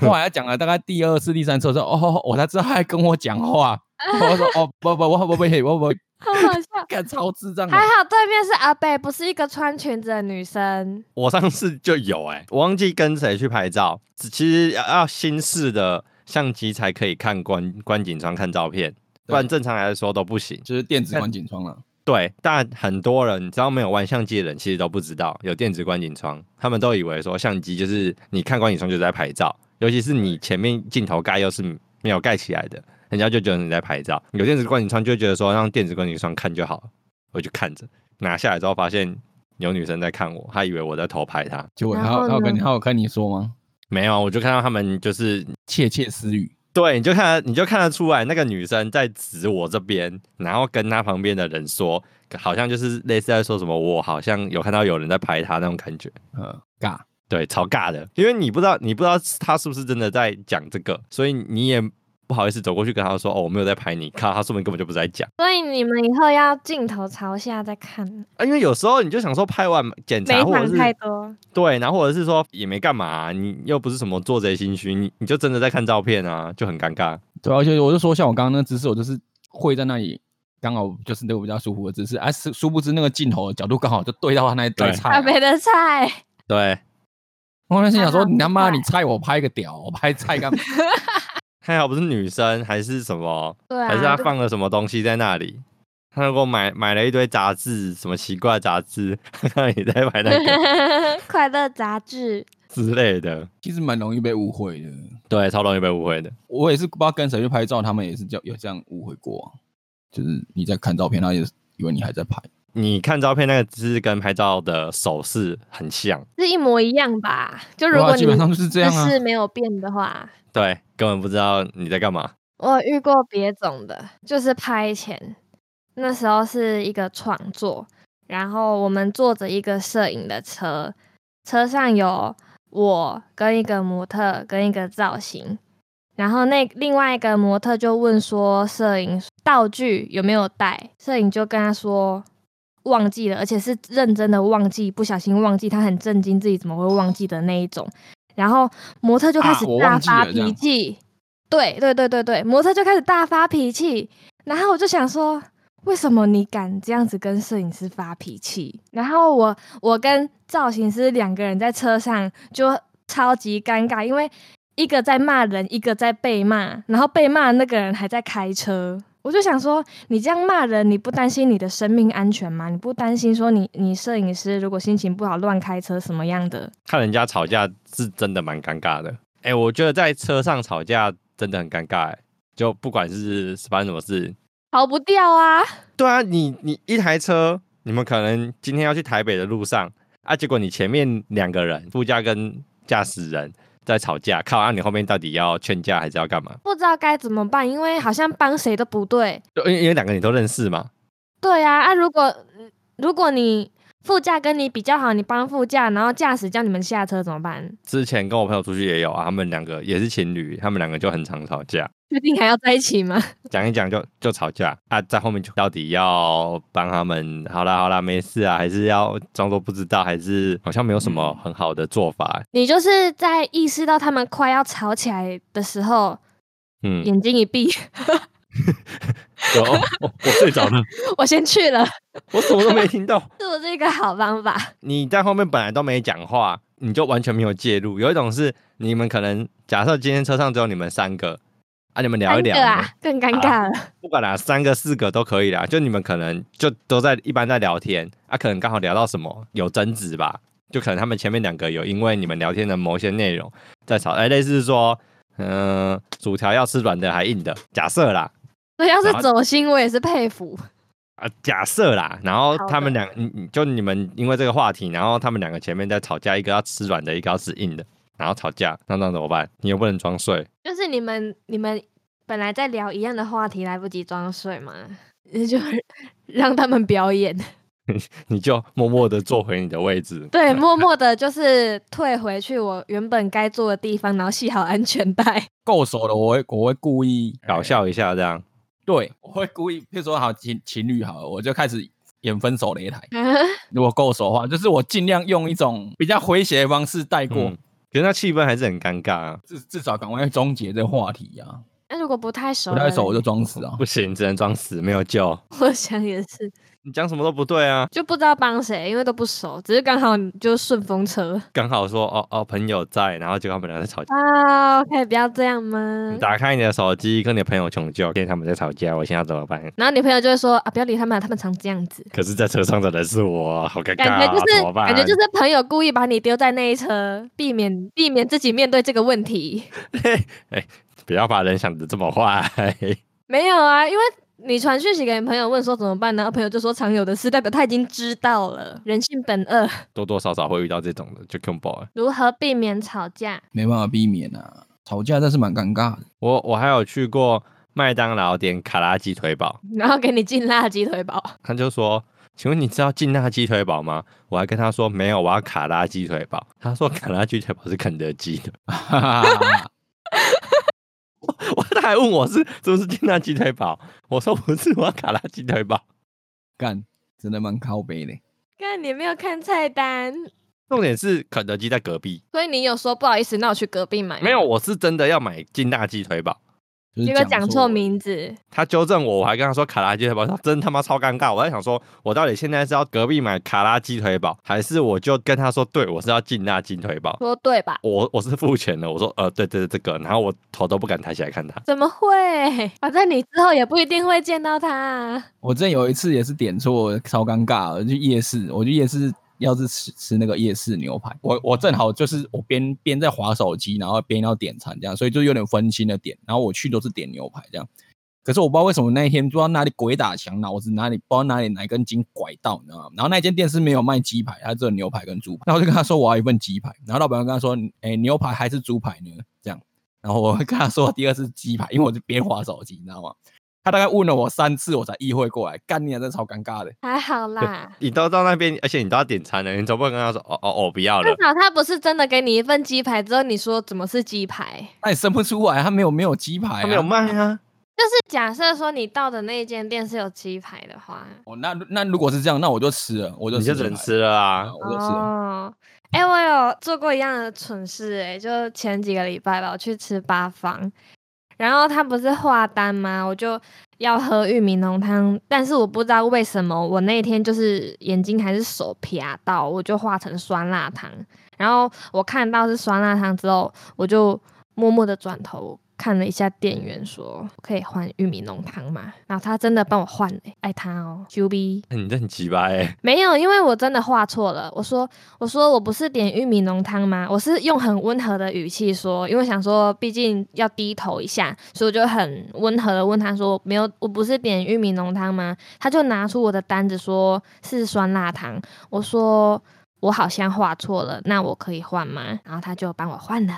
[SPEAKER 1] 后来他讲了大概第二次、第三次的时候，哦，我才知道他在跟我讲话。我说哦不不我不不不不不，。
[SPEAKER 2] 好好笑
[SPEAKER 1] 干超智障的
[SPEAKER 2] 还。好对面是阿贝，不是一个穿裙子的女生。
[SPEAKER 3] 我上次就有哎、我忘记跟谁去拍照，只其实要要新式的相机才可以看观观景窗看照片，不然
[SPEAKER 1] 对
[SPEAKER 3] 正常来说都不行。
[SPEAKER 1] 就是电子观景窗了，
[SPEAKER 3] 对，但很多人只要没有玩相机的人，其实都不知道有电子观景窗，他们都以为说相机就是你看观景窗就是在拍照，尤其是你前面镜头盖又是没有盖起来的，人家就觉得你在拍照。有电子观景窗就会觉得说让电子观景窗看就好了，我就看着，拿下来之后发现有女生在看我，她以为我在偷拍她，
[SPEAKER 1] 结果
[SPEAKER 2] 然
[SPEAKER 1] 他有
[SPEAKER 2] 后
[SPEAKER 1] 他有跟你
[SPEAKER 2] 呢
[SPEAKER 1] 他有跟你说吗？
[SPEAKER 3] 没有，我就看到他们就是
[SPEAKER 1] 窃窃私语，
[SPEAKER 3] 对，你就看得你就看得出来，那个女生在指我这边，然后跟她旁边的人说，好像就是类似在说什么，我好像有看到有人在拍她那种感觉。
[SPEAKER 1] 呃，尬。
[SPEAKER 3] 对，超尬的，因为你不知道，你不知道她是不是真的在讲这个，所以你也不好意思走过去跟她说，哦，我没有在拍你，靠，她说明根本就不是在讲
[SPEAKER 2] 所以你们以后要镜头朝下再看，
[SPEAKER 3] 啊，因为有时候你就想说拍完检
[SPEAKER 2] 没
[SPEAKER 3] 查或者
[SPEAKER 2] 想
[SPEAKER 3] 是
[SPEAKER 2] 太多。
[SPEAKER 3] 对，然后或者是说也没干嘛、啊你又不是什么做贼心虚，你你就真的在看照片啊，就很尴尬。
[SPEAKER 1] 对啊、而且我就说像我刚刚那个姿势，我就是会在那里。刚好就是那个比较舒服的姿势，啊，殊殊不知那个镜头的角度刚好就对到他那一堆
[SPEAKER 3] 对
[SPEAKER 1] 菜
[SPEAKER 2] 阿
[SPEAKER 1] 啊、
[SPEAKER 2] 北的菜，
[SPEAKER 3] 对，
[SPEAKER 1] 我那心想说，
[SPEAKER 2] 还好
[SPEAKER 1] 你他妈
[SPEAKER 2] 不
[SPEAKER 1] 你
[SPEAKER 2] 菜
[SPEAKER 1] 菜我拍个屌，我拍菜干嘛？
[SPEAKER 3] 还好不是女生，还是什么，
[SPEAKER 2] 对啊，
[SPEAKER 3] 还是他 放了什么东西在那里？他如果买买了一堆 杂 志，什么奇怪的杂志，看到你在买那个，
[SPEAKER 2] 快乐杂志，
[SPEAKER 3] 之类的，
[SPEAKER 1] 其实蛮容易被误会的。
[SPEAKER 3] 对，超容易被误会的。
[SPEAKER 1] 我也是不知道跟谁去拍照，他们也是叫有这样误会过、啊，就是你在看照片，他也以为你还在拍。
[SPEAKER 3] 你看照片那个姿势跟拍照的手势很像，
[SPEAKER 2] 是一模一样吧？就
[SPEAKER 1] 对
[SPEAKER 2] 如
[SPEAKER 1] 啊
[SPEAKER 2] 果
[SPEAKER 1] 基
[SPEAKER 2] 你
[SPEAKER 1] 本上就是这
[SPEAKER 2] 姿
[SPEAKER 1] 样啊
[SPEAKER 2] 势没有变的话，
[SPEAKER 3] 对，根本不知道你在干嘛。
[SPEAKER 2] 我有遇过别种的，就是拍前，那时候是一个创作，然后我们坐着一个摄影的车，车上有我跟一个模特跟一个造型，然后那另外一个模特就问说摄影道具有没有带，摄影就跟他说。忘记了，而且是认真的忘记，不小心忘记，他很震惊自己怎么会忘记的那一种。然后模特就开
[SPEAKER 1] 啊
[SPEAKER 2] 始
[SPEAKER 1] 我
[SPEAKER 2] 大
[SPEAKER 1] 忘记
[SPEAKER 2] 发
[SPEAKER 1] 了这样
[SPEAKER 2] 脾气，对对对对对，模特就开始大发脾气，然后我就想说，为什么你敢这样子跟摄影师发脾气？然后我我跟造型师两个人在车上就超级尴尬，因为一个在骂人，一个在被骂，然后被骂的那个人还在开车。我就想说，你这样骂人，你不担心你的生命安全吗？你不担心说你你摄影师如果心情不好乱开车什么样的？
[SPEAKER 3] 看人家吵架是真的蛮尴尬的。哎、我觉得在车上吵架真的很尴尬、欸，就不管是发生什么事，
[SPEAKER 2] 逃不掉啊！
[SPEAKER 3] 对啊，你你一台车，你们可能今天要去台北的路上啊，结果你前面两个人，副驾跟驾驶人在吵架，靠啊，你后面到底要劝架还是要干嘛？
[SPEAKER 2] 不知道该怎么办，因为好像帮谁都不对。
[SPEAKER 3] 就因为因为两个你都认识嘛，
[SPEAKER 2] 对啊，啊，如果如果你副驾跟你比较好，你帮副驾，然后驾驶叫你们下车怎么办？
[SPEAKER 3] 之前跟我朋友出去也有啊，他们两个也是情侣，他们两个就很常吵架，
[SPEAKER 2] 确定还要在一起吗？
[SPEAKER 3] 讲一讲就就吵架啊，在后面就到底要帮他们，好啦好啦，没事啊，还是要装作不知道，还是好像没有什么很好的做法、
[SPEAKER 2] 你就是在意识到他们快要吵起来的时候，
[SPEAKER 3] 嗯，
[SPEAKER 2] 眼睛一闭，
[SPEAKER 3] 有、哦我我睡着了，
[SPEAKER 2] 我先去了，
[SPEAKER 3] 我什么都没听到。
[SPEAKER 2] 是不是一个好方法？
[SPEAKER 3] 你在后面本来都没讲话，你就完全没有介入。有一种是你们可能假设今天车上只有你们三个啊，你们聊一聊，
[SPEAKER 2] 尴尬
[SPEAKER 3] 你
[SPEAKER 2] 啊
[SPEAKER 3] 们，
[SPEAKER 2] 更尴尬了。
[SPEAKER 3] 不管啦，三个四个都可以啦。就你们可能就都在一般在聊天啊，可能刚好聊到什么有争执吧，就可能他们前面两个有因为你们聊天的某些内容在吵，哎、类似说，嗯、薯条要吃软的还硬的，假设啦，
[SPEAKER 2] 所以要是
[SPEAKER 3] 然后
[SPEAKER 2] 走心，我也是佩服。
[SPEAKER 3] 啊，假设啦，然后
[SPEAKER 2] 好
[SPEAKER 3] 他们
[SPEAKER 2] 的
[SPEAKER 3] 两，你你就你们因为这个话题，然后他们两个前面在吵架，一个要吃软的，一个要吃硬的，然后吵架，那那怎么办？你又不能装睡，
[SPEAKER 2] 就是你们你们本来在聊一样的话题，来不及装睡嘛， 那就让他们表演。
[SPEAKER 3] 你就默默的坐回你的位置。
[SPEAKER 2] 对，
[SPEAKER 3] 嗯
[SPEAKER 2] 默默的就是退回去我原本该坐的地方，然后系好安全 带。
[SPEAKER 1] 够熟了，我会我会故意
[SPEAKER 3] 搞，笑一下这样。
[SPEAKER 1] 对，我会故意，譬如说好情情侣好了，我就开始演分手擂台。
[SPEAKER 3] 嗯
[SPEAKER 1] 如果够熟的话，就是我尽量用一种比较诙谐的方式带过，
[SPEAKER 3] 嗯可是那气氛还是很尴尬啊，
[SPEAKER 1] 至至少赶快终结这个话题啊。
[SPEAKER 2] 那如果不太熟
[SPEAKER 1] 不
[SPEAKER 2] 了嘞，
[SPEAKER 1] 太熟我就装死啊
[SPEAKER 2] 嗯
[SPEAKER 3] 不。行，只能装死，没有救。
[SPEAKER 2] 我想也是，
[SPEAKER 3] 你讲什么都不对啊，
[SPEAKER 2] 就不知道帮谁，因为都不熟，只是刚好你就顺风车
[SPEAKER 3] 刚好说哦哦朋友在，然后结果他们俩在吵架。
[SPEAKER 2] 啊，可以不要这样吗
[SPEAKER 3] 你？打开你的手机，跟你的朋友求救，跟他们在吵架，我现在要怎么办？
[SPEAKER 2] 然后女朋友就会说啊，不要理他们啊，他们常这样子，
[SPEAKER 3] 可是，在车上的人是我，好尴尬、
[SPEAKER 2] 感
[SPEAKER 3] 啊，
[SPEAKER 2] 觉就是
[SPEAKER 3] 怎么办？
[SPEAKER 2] 感觉就是朋友故意把你丢在那一车，避免避免自己面对这个问题。
[SPEAKER 3] 不要把人想的这么坏。
[SPEAKER 2] 没有啊，因为你传讯息给你朋友问说怎么办呢，然后朋友就说常有的事，代表他已经知道了，人性本恶，
[SPEAKER 3] 多多少少会遇到这种的，就更爆了。
[SPEAKER 2] 如何避免吵架？
[SPEAKER 1] 没办法避免啊，吵架但是蛮尴尬的。
[SPEAKER 3] 我我还有去过麦当劳点卡拉鸡腿堡，
[SPEAKER 2] 然后给你进辣鸡腿堡，
[SPEAKER 3] 他就说：“请问你知道劲辣鸡腿堡吗？”我还跟他说：“没有，我要卡拉鸡腿堡。”他说：“卡拉鸡腿堡是肯德基的。
[SPEAKER 1] 哈哈哈”
[SPEAKER 3] 我他还问我是是不是劲辣鸡腿堡，我说不是，我要卡拉鸡腿堡。
[SPEAKER 1] 干，真的蛮靠背的。
[SPEAKER 2] 看你没有看菜单，
[SPEAKER 3] 重点是肯德基在隔壁，
[SPEAKER 2] 所以你有说不好意思，那我去隔壁买吗。
[SPEAKER 3] 没有，我是真的要买劲辣鸡腿堡。
[SPEAKER 1] 就是
[SPEAKER 2] 结果讲错
[SPEAKER 1] 我
[SPEAKER 2] 名字，
[SPEAKER 3] 他纠正我，我还跟他说卡拉鸡腿堡，他真他妈超尴尬。我在想说，我到底现在是要隔壁买卡拉鸡腿堡，还是我就跟他说，对我是要劲辣鸡腿堡，
[SPEAKER 2] 说对吧？
[SPEAKER 3] 我我是付钱的。我说呃，对对对，这个，然后我头都不敢抬起来看他。
[SPEAKER 2] 怎么会？反正你之后也不一定会见到他啊、
[SPEAKER 1] 我之前有一次也是点错，超尴尬的。去夜市，我去夜市要是吃吃那个夜市牛排，我我正好就是我边边在划手机，然后边要点餐这样，所以就有点分心的点。然后我去都是点牛排这样，可是我不知道为什么那一天不知道哪里鬼打墙，脑子哪里不知道哪里哪根筋拐到，你知道吗？然后那间店是没有卖鸡排，它只有牛排跟猪排。然后我就跟他说我要一份鸡排，然后老板就跟他说，哎、牛排还是猪排呢？这样，然后我跟他说第二次鸡排，因为我是边划手机，你知道吗？他大概问了我三次，我才意会过来，干你啊，真的超尴尬的。
[SPEAKER 2] 还好啦。
[SPEAKER 3] 你都到那边，而且你都要点餐了，你总不能跟他说哦哦哦不要了
[SPEAKER 2] 至，少他不是真的给你一份鸡排，之后你说怎么是鸡排？
[SPEAKER 1] 那也生不出来，他没有没有鸡排、啊，
[SPEAKER 3] 他没有。卖啊。
[SPEAKER 2] 就是假设说你到的那一间店是有鸡排的话，
[SPEAKER 1] 哦，那如那如果是这样，那我就吃了，我就
[SPEAKER 3] 你就只能吃了
[SPEAKER 1] 啊，
[SPEAKER 3] 啊！
[SPEAKER 1] 我就吃了。
[SPEAKER 2] 哦，哎、我有做过一样的蠢事、哎，就前几个礼拜吧，我去吃八方，然后他不是化单吗？我就要喝玉米浓汤，但是我不知道为什么，我那一天就是眼睛还是手撇到，我就化成酸辣汤。然后我看到是酸辣汤之后，我就默默的转头看了一下店员，说可以换玉米浓汤吗？然后他真的帮我换了、爱他哦，q B。
[SPEAKER 3] 那你这很鸡巴哎，
[SPEAKER 2] 没有，因为我真的画错了。我说，我说我不是点玉米浓汤吗？我是用很温和的语气说，因为想说，毕竟要低头一下，所以我就很温和的问他说，没有，我不是点玉米浓汤吗？他就拿出我的单子说是酸辣汤。我说我好像画错了，那我可以换吗？然后他就帮我换了，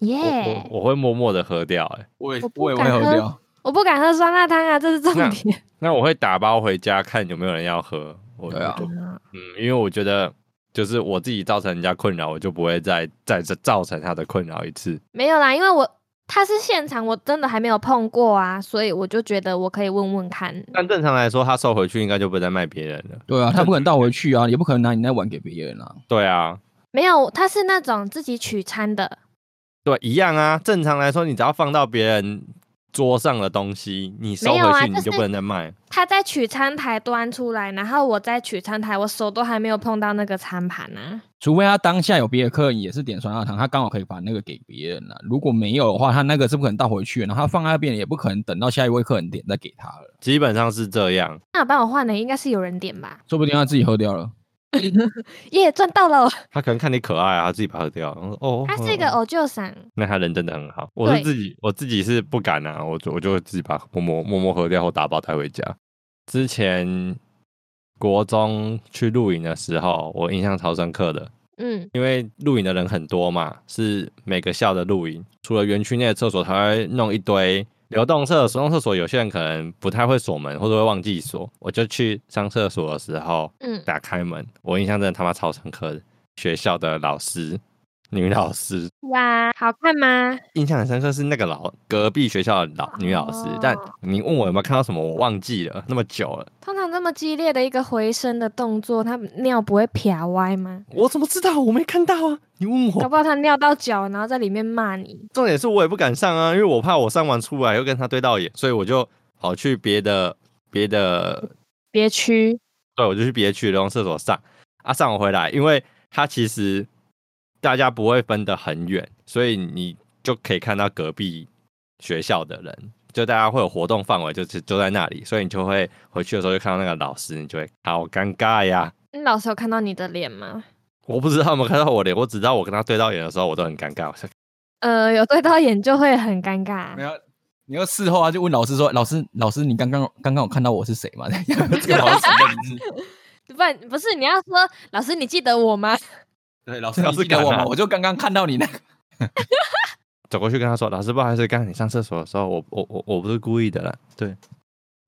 [SPEAKER 2] 耶、
[SPEAKER 3] 我我我会默默的喝掉哎，
[SPEAKER 1] 我也
[SPEAKER 2] 我不
[SPEAKER 1] 我也会
[SPEAKER 2] 敢
[SPEAKER 1] 喝
[SPEAKER 2] 喝
[SPEAKER 1] 掉。
[SPEAKER 2] 我不敢喝酸辣汤啊，这是重
[SPEAKER 3] 那
[SPEAKER 2] 点。
[SPEAKER 3] 那我会打包回家看有没有人要喝。我
[SPEAKER 1] 对啊
[SPEAKER 3] 我就嗯，因为我觉得就是我自己造成人家困扰，我就不会再再再造成他的困扰一次。
[SPEAKER 2] 没有啦，因为我他是现场，我真的还没有碰过啊，所以我就觉得我可以问问看。
[SPEAKER 3] 但正常来说，他收回去应该就不会再卖别人了。
[SPEAKER 1] 对啊，他不可能倒回去啊，也不可能拿你那碗给别人啊。
[SPEAKER 3] 对啊，
[SPEAKER 2] 没有，他是那种自己取餐的，
[SPEAKER 3] 对，一样啊。正常来说，你只要放到别人桌上的东西，你收
[SPEAKER 2] 没有啊
[SPEAKER 3] 回去你
[SPEAKER 2] 就是
[SPEAKER 3] 就不能再卖。
[SPEAKER 2] 他在取餐台端出来，然后我在取餐台，我手都还没有碰到那个餐盘啊呢、
[SPEAKER 1] 除非他当下有别的客人也是点酸辣汤，他刚好可以把那个给别人了、啊如果没有的话，他那个是不可能倒回去的，然后他放在那边也不可能等到下一位客人点再给他了，
[SPEAKER 3] 基本上是这样。
[SPEAKER 2] 那有帮我换的，应该是有人点吧？
[SPEAKER 1] 说不定他自己喝掉了。
[SPEAKER 2] 耶、赚到了！
[SPEAKER 3] 他可能看你可爱啊，他自己把它喝掉。然后说哦，
[SPEAKER 2] 他是一个
[SPEAKER 3] 哦，
[SPEAKER 2] 偶就赏，
[SPEAKER 3] 那他人真的很好。我是
[SPEAKER 2] 对
[SPEAKER 3] 自己，我自己是不敢啊，我就我就自己把默默默默喝掉或打包带回家。之前国中去露营的时候，我印象超深刻的，
[SPEAKER 2] 嗯，
[SPEAKER 3] 因为露营的人很多嘛，是每个校的露营，除了园区内的厕所，他会弄一堆流动厕所。流动厕所有些人可能不太会锁门，或者会忘记锁。我就去上厕所的时候，
[SPEAKER 2] 嗯
[SPEAKER 3] 打开门，我印象真的他妈超深刻的。学校的老师，女老师，
[SPEAKER 2] 哇，好看吗？
[SPEAKER 3] 印象很深刻是那个老隔壁学校的老女老师。但
[SPEAKER 2] 哦
[SPEAKER 3] 你问我有没有看到什么，我忘记了，那么久了，
[SPEAKER 2] 通常这么激烈的一个回声的动作，他尿不会撇歪吗？
[SPEAKER 3] 我怎么知道？我没看到啊！你问我
[SPEAKER 2] 搞，不好他尿到脚，然后在里面骂你。
[SPEAKER 3] 重点是我也不敢上啊，因为我怕我上完出来又跟他对到眼，所以我就跑去别的别的，
[SPEAKER 2] 别区，
[SPEAKER 3] 对我就去别区的厕所上啊，上完回来，因为他其实大家不会分得很远，所以你就可以看到隔壁学校的人，就大家会有活动范围，就是就在那里，所以你就会回去的时候就看到那个老师，你就会好尴尬呀。
[SPEAKER 2] 你老师有看到你的脸吗？
[SPEAKER 3] 我不知道他们看到我脸，我只知道我跟他对到眼的时候，我都很尴尬。我说
[SPEAKER 2] 呃，有对到眼就会很尴尬啊
[SPEAKER 1] 没。有，你要事后啊就问老师说，老师老师，你刚刚刚刚有看到我是谁吗？ 这个老师的名字。
[SPEAKER 2] 不然不是你要说老师，你记得我 吗？
[SPEAKER 1] 对，老师
[SPEAKER 3] 老
[SPEAKER 1] 你
[SPEAKER 3] 师
[SPEAKER 1] 记得
[SPEAKER 3] 敢
[SPEAKER 1] 我吗？
[SPEAKER 3] 啊
[SPEAKER 1] 我就刚刚看到你那个。
[SPEAKER 3] 走过去跟他说：“老师，不好意思，刚才你上厕所的时候，我我我我不是故意的啦。”对，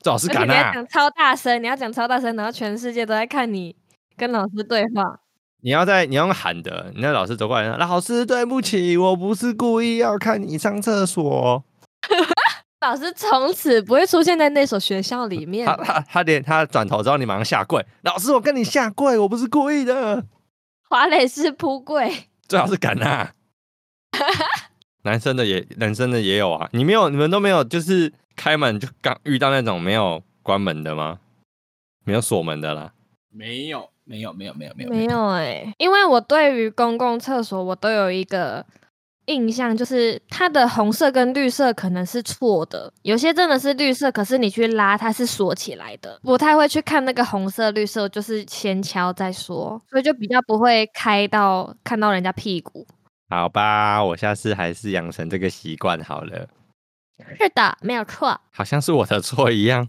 [SPEAKER 3] 这老师
[SPEAKER 2] 而且
[SPEAKER 3] 敢
[SPEAKER 2] 你要
[SPEAKER 3] 啊！
[SPEAKER 2] 讲超大声，你要讲超大声，然后全世界都在看你跟老师对话。
[SPEAKER 3] 你要在你要用喊的，你那老师走过来，老师对不起，我不是故意要看你上厕所。
[SPEAKER 2] 老师从此不会出现在那所学校里面
[SPEAKER 3] 他，他他连他转头之后，你马上下跪，老师，我跟你下跪，我不是故意的。
[SPEAKER 2] 华磊是铺柜。
[SPEAKER 3] 最好是敢啊！男生的也男生的也有啊，你没有你们都没有，就是开门就刚遇到那种没有关门的吗？没有锁门的啦。
[SPEAKER 1] 没有，
[SPEAKER 2] 欸
[SPEAKER 1] 没有，没有，没有，没有，
[SPEAKER 2] 没有哎、因为我对于公共厕所我都有一个印象，就是它的红色跟绿色可能是错的，有些真的是绿色，可是你去拉它是锁起来的，不太会去看那个红色绿色，就是先敲再说，所以就比较不会开到看到人家屁股。
[SPEAKER 3] 好吧，我下次还是养成这个习惯好了，
[SPEAKER 2] 是的，没有错。
[SPEAKER 3] 好像是我的错一样。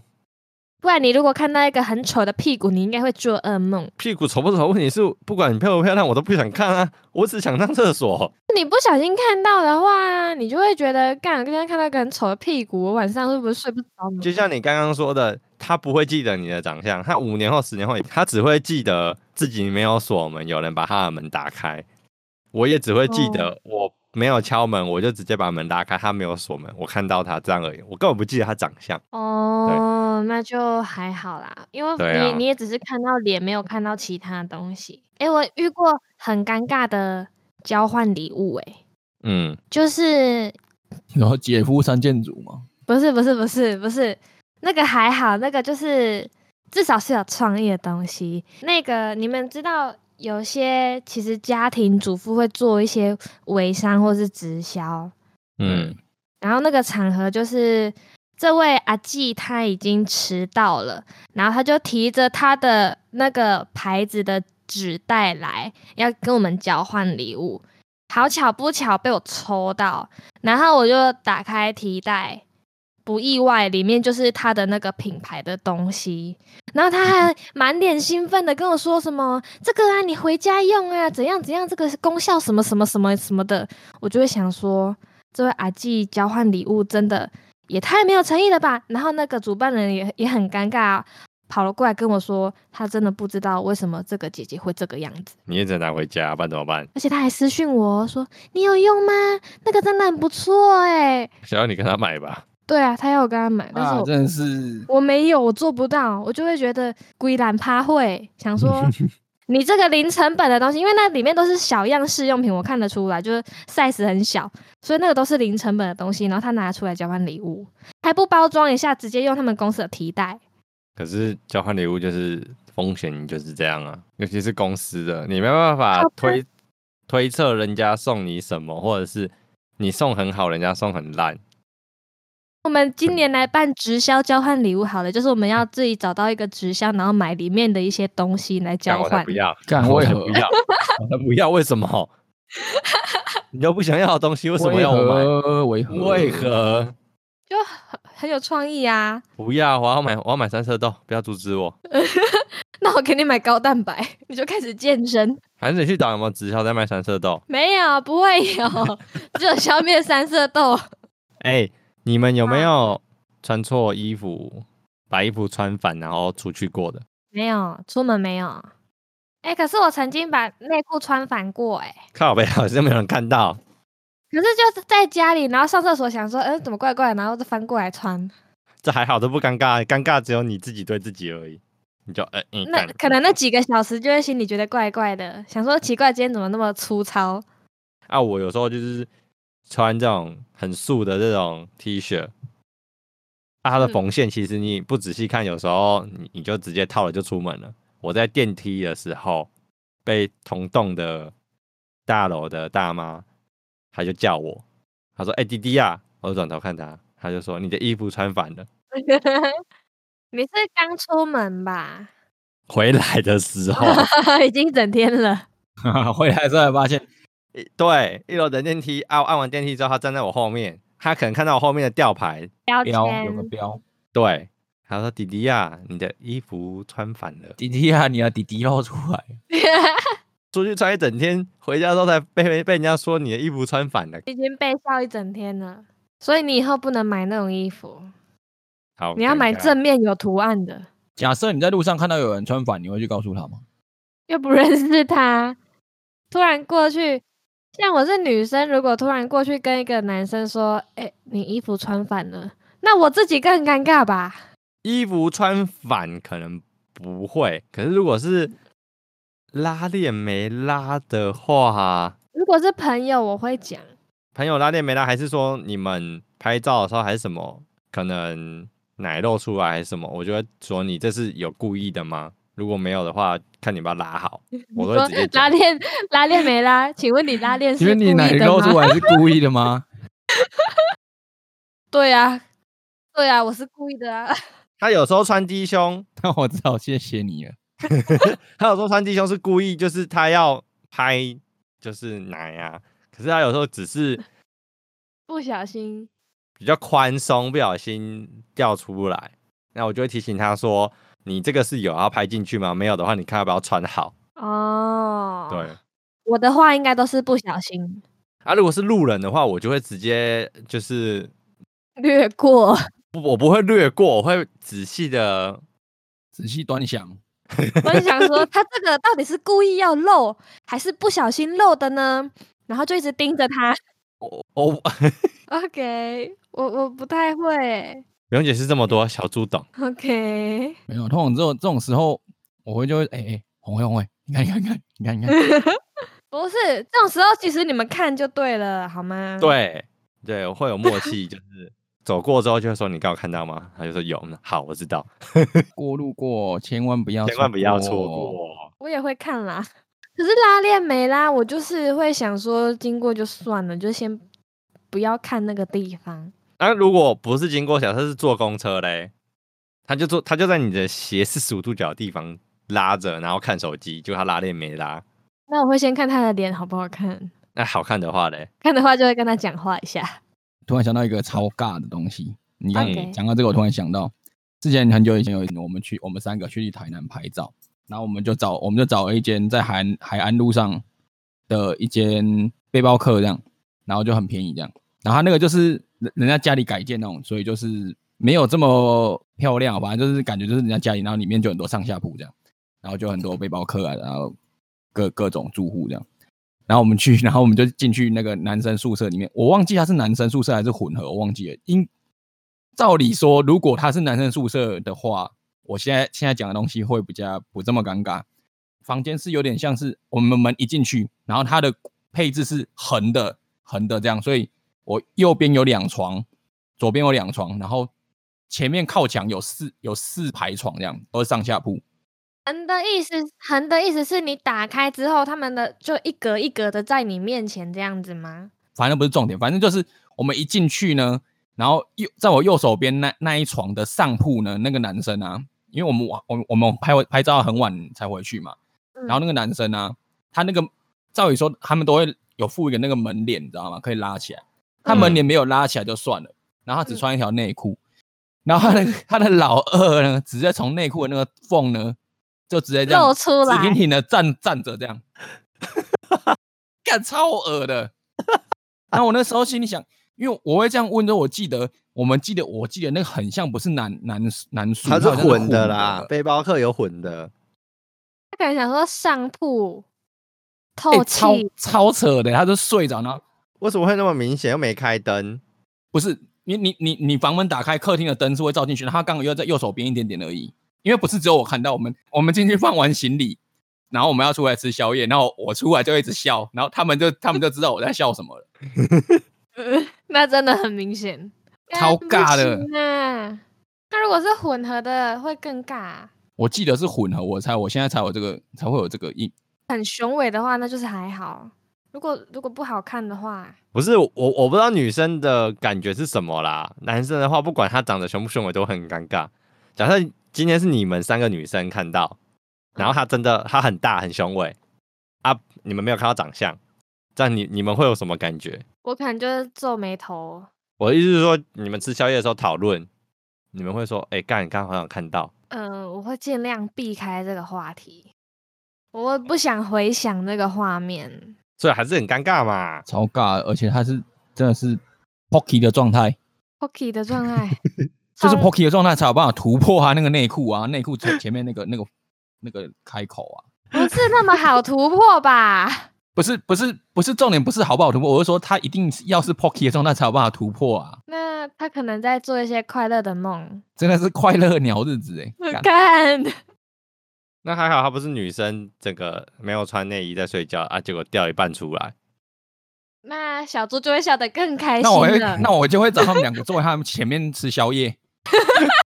[SPEAKER 2] 不然你如果看到一个很丑的屁股，你应该会做噩梦。
[SPEAKER 3] 屁股丑不丑，问题是不管你漂不漂亮，我都不想看啊，我只想上厕所。
[SPEAKER 2] 你不小心看到的话，你就会觉得，干，今天看到一个很丑的屁股，我晚上是不是睡不着呢？
[SPEAKER 3] 就像你刚刚说的，他不会记得你的长相，他五年后、十年后，他只会记得自己没有锁门，有人把他的门打开。我也只会记得我没有敲门，我就直接把门打开，他没有锁门，我看到他这样而已，我根本不记得他长相。
[SPEAKER 2] 哦，那就还好啦，因为
[SPEAKER 3] 对
[SPEAKER 2] 你、
[SPEAKER 3] 啊
[SPEAKER 2] 你也只是看到脸，没有看到其他东西。诶，我遇过很尴尬的交换礼物、诶，
[SPEAKER 3] 嗯，
[SPEAKER 2] 就是
[SPEAKER 1] 然后姐夫三件组嘛，
[SPEAKER 2] 不是不是不是不是，那个还好，那个就是至少是有创意的东西。那个你们知道，有些其实家庭主妇会做一些微商或是直销，
[SPEAKER 3] 嗯，
[SPEAKER 2] 然后那个场合就是这位阿季他已经迟到了，然后他就提着他的那个牌子的纸袋来，要跟我们交换礼物。好巧不巧被我抽到，然后我就打开提袋，不意外，里面就是他的那个品牌的东西。然后他还满脸兴奋的跟我说什么：“这个啊，你回家用啊，怎样怎样，这个是功效什么什么什么什么的。”我就会想说，这位阿季交换礼物真的也太没有诚意了吧！然后那个主办人也也很尴尬、哦跑了过来跟我说，他真的不知道为什么这个姐姐会这个样子，
[SPEAKER 3] 你也只能拿回家，不然怎么办？
[SPEAKER 2] 而且他还私讯我说：“你有用吗？那个真的很不错哎、
[SPEAKER 3] 想要你跟他买吧。
[SPEAKER 2] 对啊，他要我跟他买，但是
[SPEAKER 1] 啊，
[SPEAKER 2] 我、
[SPEAKER 1] 真的是
[SPEAKER 2] 我没有，我做不到，我就会觉得 龟兰趴会想 说。你这个零成本的东西，因为那里面都是小样试用品，我看得出来，就是 size 很小，所以那个都是零成本的东西。然后他拿出来交换礼物，还不包装一下，直接用他们公司的提袋。
[SPEAKER 3] 可是交换礼物就是风险就是这样啊，尤其是公司的，你没办法
[SPEAKER 2] 好吧
[SPEAKER 3] 推推测人家送你什么，或者是你送很好，人家送很烂。
[SPEAKER 2] 我们今年来办直销交换礼物好了，就是我们要自己找到一个直销，然后买里面的一些东西来
[SPEAKER 3] 干
[SPEAKER 2] 交
[SPEAKER 3] 我才
[SPEAKER 2] 换
[SPEAKER 3] 不。要，
[SPEAKER 1] 干
[SPEAKER 3] 我
[SPEAKER 1] 为
[SPEAKER 3] 才
[SPEAKER 1] 何
[SPEAKER 3] 不要，我才不要，为什么？你都不想要的东西，为什么要我
[SPEAKER 1] 为
[SPEAKER 3] 买？
[SPEAKER 1] 何？
[SPEAKER 3] 为？何
[SPEAKER 2] 就很很有创意啊！
[SPEAKER 3] 不要？我要买，我要买三色豆，不要阻止我。
[SPEAKER 2] 那我给你买高蛋白， 你就开始健身。
[SPEAKER 3] 还是你去找有没有直销在卖三色豆？
[SPEAKER 2] 没有，不会有，只有消灭三色豆。
[SPEAKER 3] 哎、你们有没有穿错衣服，把衣服穿反然后出去过的？
[SPEAKER 2] 没有，出门没有。哎、可是我曾经把内裤穿反过、哎，
[SPEAKER 3] 靠背好像没有人看到。
[SPEAKER 2] 可是就是在家里，然后上厕所想说，嗯、怎么怪怪，然后就翻过来穿。
[SPEAKER 3] 这还好，这不尴尬，尴尬只有你自己对自己而已。你就呃嗯，
[SPEAKER 2] 那
[SPEAKER 3] 干
[SPEAKER 2] 可能那几个小时就会心里觉得怪怪的，想说奇怪，今天怎么那么粗糙？
[SPEAKER 3] 啊，我有时候就是穿这种很素的这种 T 恤，啊，它的
[SPEAKER 2] 嗯
[SPEAKER 3] 缝线其实你不仔细看，有时候你你就直接套了就出门了。我在电梯的时候被同栋的大楼的大妈，她就叫我，她说：“哎、弟弟啊！”我就转头看她，她就说：“你的衣服穿反了。
[SPEAKER 2] 你是刚出门吧？”
[SPEAKER 3] 回来的时候，
[SPEAKER 2] 已经一整天了。
[SPEAKER 1] 回来之后才发现，
[SPEAKER 3] 一对，一楼的电梯啊，按完电梯之后，他站在我后面，他可能看到我后面的吊牌，
[SPEAKER 2] 标
[SPEAKER 1] 标有个
[SPEAKER 2] 签
[SPEAKER 1] 标，
[SPEAKER 3] 对，他说：“弟弟呀、你的衣服穿反了，
[SPEAKER 1] 弟弟啊，你的弟弟露出来，
[SPEAKER 3] 出去穿一整天，回家之后才被被人家说你的衣服穿反了。
[SPEAKER 2] 已经被笑一整天了，所以你以后不能买那种衣服，”
[SPEAKER 3] 好，
[SPEAKER 2] 你要
[SPEAKER 3] 尴
[SPEAKER 2] 买
[SPEAKER 3] 尬
[SPEAKER 2] 正面有图案的，
[SPEAKER 1] 假设你在路上看到有人穿反，你会去告诉他吗？
[SPEAKER 2] 又不认识他，突然过去。像我是女生，如果突然过去跟一个男生说：“哎、你衣服穿反了”，那我自己更尴尬吧？
[SPEAKER 3] 衣服穿反可能不会，可是如果是拉链没拉的话，
[SPEAKER 2] 如果是朋友，我会讲。
[SPEAKER 3] 朋友拉链没拉，还是说你们拍照的时候还是什么，可能奶露出来还是什么，我就会说你这是有故意的吗？如果没有的话，看你把它拉 好，我都
[SPEAKER 2] 说
[SPEAKER 3] 会直接
[SPEAKER 2] 拉
[SPEAKER 3] 讲。
[SPEAKER 2] 链拉链没拉？请问你拉链
[SPEAKER 1] 请
[SPEAKER 2] 是
[SPEAKER 1] 问你
[SPEAKER 2] 故意
[SPEAKER 1] 奶
[SPEAKER 2] 的
[SPEAKER 1] 露
[SPEAKER 2] 吗
[SPEAKER 1] 出来是故意的吗？
[SPEAKER 2] 对啊，对啊，我是故意的啊。
[SPEAKER 3] 他有时候穿低胸，
[SPEAKER 1] 那我只好谢谢你了。
[SPEAKER 3] 他有时候穿低胸是故意，就是他要拍就是奶啊，可是他有时候只是
[SPEAKER 2] 不小心，
[SPEAKER 3] 比较宽松，不小心掉出来，那我就会提醒他说：“你这个是有要拍进去吗？没有的话，你看要不要穿好。
[SPEAKER 2] 哦，
[SPEAKER 3] 对，
[SPEAKER 2] 我的话应该都是不小心
[SPEAKER 3] 啊，如果是路人的话，我就会直接就是
[SPEAKER 2] 略过。
[SPEAKER 3] 不，我不会略过，我会仔细的。
[SPEAKER 1] 仔细端详，
[SPEAKER 2] 我就想说，他这个到底是故意要漏，还是不小心漏的呢？然后就一直盯着他。
[SPEAKER 3] 我我
[SPEAKER 2] OK，我我不太会欸。
[SPEAKER 3] 不用解释这么多，小猪懂。
[SPEAKER 2] OK，
[SPEAKER 1] 没有，通常这种这种时候，我会就会哎哎，红会红会，你看你看你看你看你 看，
[SPEAKER 2] 不是这种时候，其实你们看就对了，好
[SPEAKER 3] 嗯
[SPEAKER 2] 吗？，
[SPEAKER 3] 对对，我会有默契，就是走过之后就会说：“你刚有看到吗？”他就说：“有。”好，我知道，
[SPEAKER 1] 过路过千万不要
[SPEAKER 3] 千万不要错
[SPEAKER 1] 错
[SPEAKER 3] 过。
[SPEAKER 2] 我也会看啦。 可是拉链没拉，我就是会想说，经过就算了，就先不要看那个地方。
[SPEAKER 3] 那、如果不是经过小，他是坐公车嘞，他就坐，他就在你的斜四十五度角的地方拉着，然后看手机，就他拉链没拉。
[SPEAKER 2] 那我会先看他的脸好不好看，
[SPEAKER 3] 那好看的话嘞，
[SPEAKER 2] 看的话就会跟他讲话一下。
[SPEAKER 1] 突然想到一个超尬的东西，你刚
[SPEAKER 2] OK
[SPEAKER 1] 讲到这个，我突然想到，之前很久以前有一次我们去，我们三个去台南拍照，然后我们就找我们就找了一间在海岸海岸路上的一间背包客这样，然后就很便宜这样，然后他那个就是人人家家里改建那种，所以就是没有这么漂亮，反正就是感觉就是人家家里，然后里面就很多上下铺这样，然后就很多背包客啊，然后各各种住户这样。然后我们去， 然后我们就进去那个男生宿舍里面，我忘记他是男生宿舍还是混合，我忘记了。应照理说，如果他是男生宿舍的话，我现在现在讲的东西会比较不这么尴尬。房间是有点像是我们门一进去，然后它的配置是横的，横的这样，所以我右边有两床，左边有两床，然后前面靠墙有四有四排床，这样都是上下铺。
[SPEAKER 2] 横的意思，横的意思是你打开之后，他们的就一格一格的在你面前这样子吗？
[SPEAKER 1] 反正不是重点，反正就是我们一进去呢，然后右在我右手边那那一床的上铺呢，那个男生啊，因为我们晚我我们拍完拍照很晚才回去嘛，
[SPEAKER 2] 嗯
[SPEAKER 1] 然后那个男生啊，他那个照理说他们都会有附一个那个门帘，你知道吗？可以拉起来，
[SPEAKER 2] 嗯
[SPEAKER 1] 他门帘没有拉起来就算了，然后他只穿一条内裤，然后他的他的老二呢，直接从内裤的那个缝呢，就直接这样
[SPEAKER 2] 露出
[SPEAKER 1] 直挺
[SPEAKER 2] 来，
[SPEAKER 1] 挺的站站着这样， 干超恶的。 然后我那时候心里想，因为我会这样问的，我记得我们记得我记得那个很像不是男男男宿，
[SPEAKER 3] 它
[SPEAKER 1] 好像
[SPEAKER 3] 混
[SPEAKER 1] 的
[SPEAKER 3] 啦，背包客有混的，
[SPEAKER 2] 他可能想说上铺
[SPEAKER 1] 欸
[SPEAKER 2] 透气，
[SPEAKER 1] 超超扯的，他就睡着，然后
[SPEAKER 3] 为什么会那么明显？又没开灯，
[SPEAKER 1] 不是你你你你房门打开，客厅的灯是会照进去，然后他刚好又在右手边一点点而已，因为不是只有我看到，我们我们进去放完行李，然后我们要出来吃宵夜，然后我出来就一直笑，然后他们就他们就知道我在笑什么了。
[SPEAKER 2] 那真的很明显，
[SPEAKER 1] 超
[SPEAKER 2] 干
[SPEAKER 1] 尬的
[SPEAKER 2] 不行啊！那如果是混合的，会更尬。
[SPEAKER 1] 我记得是混合，我猜我现在才有这个才会有这个印。
[SPEAKER 2] 很雄伟的话，那就是还好；如果如果不好看的话，
[SPEAKER 3] 不是我，我不知道女生的感觉是什么啦。男生的话，不管他长得雄不雄伟，都很尴尬。假设今天是你们三个女生看到，然后他真的他很大很雄伟啊，你们没有看到长相，这样你你们会有什么感觉？
[SPEAKER 2] 我可能就是皱眉头。
[SPEAKER 3] 我的意思是说，你们吃宵夜的时候讨论，你们会说：“哎、干，刚好像看到。
[SPEAKER 2] 嗯、我会尽量避开这个话题，我会不想回想那个画面。”
[SPEAKER 3] 所以还是很尴尬嘛。
[SPEAKER 1] 超尬，而且他是真的是 Pocky 的状态，
[SPEAKER 2] Pocky 的状态
[SPEAKER 1] 就是
[SPEAKER 2] 超
[SPEAKER 1] Pocky 的状态才有办法突破他那个内裤啊，内裤前前面那个那个那个开口啊，
[SPEAKER 2] 不是那么好突破吧？
[SPEAKER 1] 不是不是不是重点，不是好不好突破，我是说他一定是要是 Pocky 的状态才有办法突破啊，
[SPEAKER 2] 那他可能在做一些快乐的 梦。
[SPEAKER 1] 真的是快乐鸟日子哎、欸，干
[SPEAKER 2] 看，
[SPEAKER 3] 那还好，她不是女生，整个没有穿内衣在睡觉啊，结果掉一半出来。
[SPEAKER 2] 那小猪就会笑得更开
[SPEAKER 1] 那我会
[SPEAKER 2] 心啊了。
[SPEAKER 1] 那我就会找他们两个坐在他们前面吃宵夜，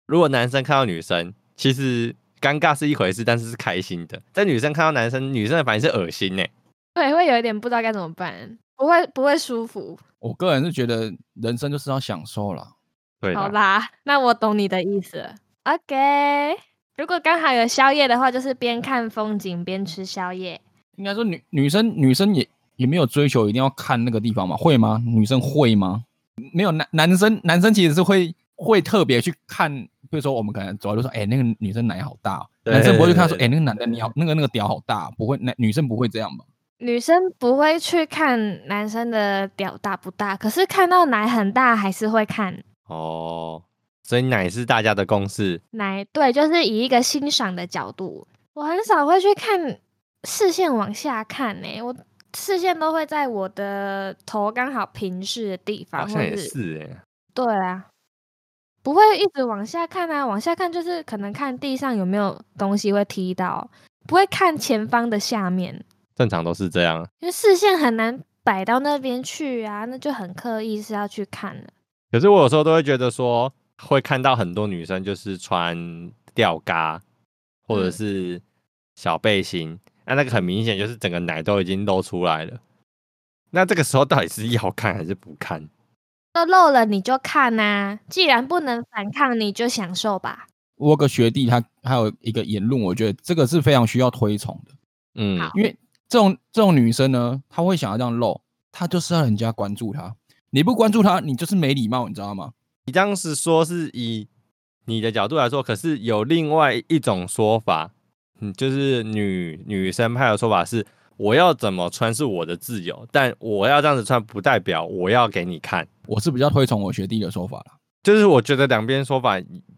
[SPEAKER 3] 如果男生看到女生，其实尴尬是一回事，但是是开心的。但女生看到男生，女生的反应是恶心呢、
[SPEAKER 2] 对，会有一点不知道该怎么办，不会不会舒服。
[SPEAKER 1] 我个人是觉得人生就是要享受啦。
[SPEAKER 3] 对
[SPEAKER 1] 啊
[SPEAKER 2] 好
[SPEAKER 3] 啦，
[SPEAKER 2] 吧，那我懂你的意思了。OK，如果刚好有宵夜的话，就是边看风景边吃宵夜。
[SPEAKER 1] 应该说女女生女生也也没有追求一定要看那个地方嘛，会吗？女生会吗？没有男男生男生其实是会会特别去看，比如说我们可能走在路上，哎、那个女生奶好大哦、
[SPEAKER 3] 对
[SPEAKER 1] 男生不会去看说，哎、
[SPEAKER 3] 对
[SPEAKER 1] 那个男的你好，那个那个屌好大哦、不会，男女生不会这样吧？
[SPEAKER 2] 女生不会去看男生的屌大不大，可是看到奶很大还是会看
[SPEAKER 3] 哦，所以奶是大家的共识。
[SPEAKER 2] 奶。对，就是以一个欣赏的角度，我很少会去看视线往下看呢、我视线都会在我的头刚好平视的地方，
[SPEAKER 3] 好
[SPEAKER 2] 或
[SPEAKER 3] 像也
[SPEAKER 2] 者
[SPEAKER 3] 是哎、
[SPEAKER 2] 对啊，不会一直往下看啊，往下看就是可能看地上有没有东西会踢到，不会看前方的下面，
[SPEAKER 3] 正常都是这样。
[SPEAKER 2] 因为视线很难摆到那边去啊，那就很刻意是要去看的。
[SPEAKER 3] 可是我有时候都会觉得说，会看到很多女生就是穿吊嘎或者
[SPEAKER 2] 嗯
[SPEAKER 3] 是小背心，那、那个很明显就是整个奶都已经露出来了。那这个时候到底是要看还是不看？
[SPEAKER 2] 都漏了你就看呐、既然不能反抗，你就享受吧。
[SPEAKER 1] 我有个学弟他还有一个言论，我觉得这个是非常需要推崇的，
[SPEAKER 3] 嗯，
[SPEAKER 2] 好
[SPEAKER 1] 因为这种这种女生呢，她会想要这样露，她就是要人家关注她，你不关注她，你就是没礼貌，你知道吗？
[SPEAKER 3] 你当时说是以你的角度来说，可是有另外一种说法，嗯，就是女女生派的说法是，我要怎么穿是我的自由，但我要这样子穿不代表我要给你看。
[SPEAKER 1] 我是比较推崇我学弟的说法啦。
[SPEAKER 3] 就是我觉得两边说法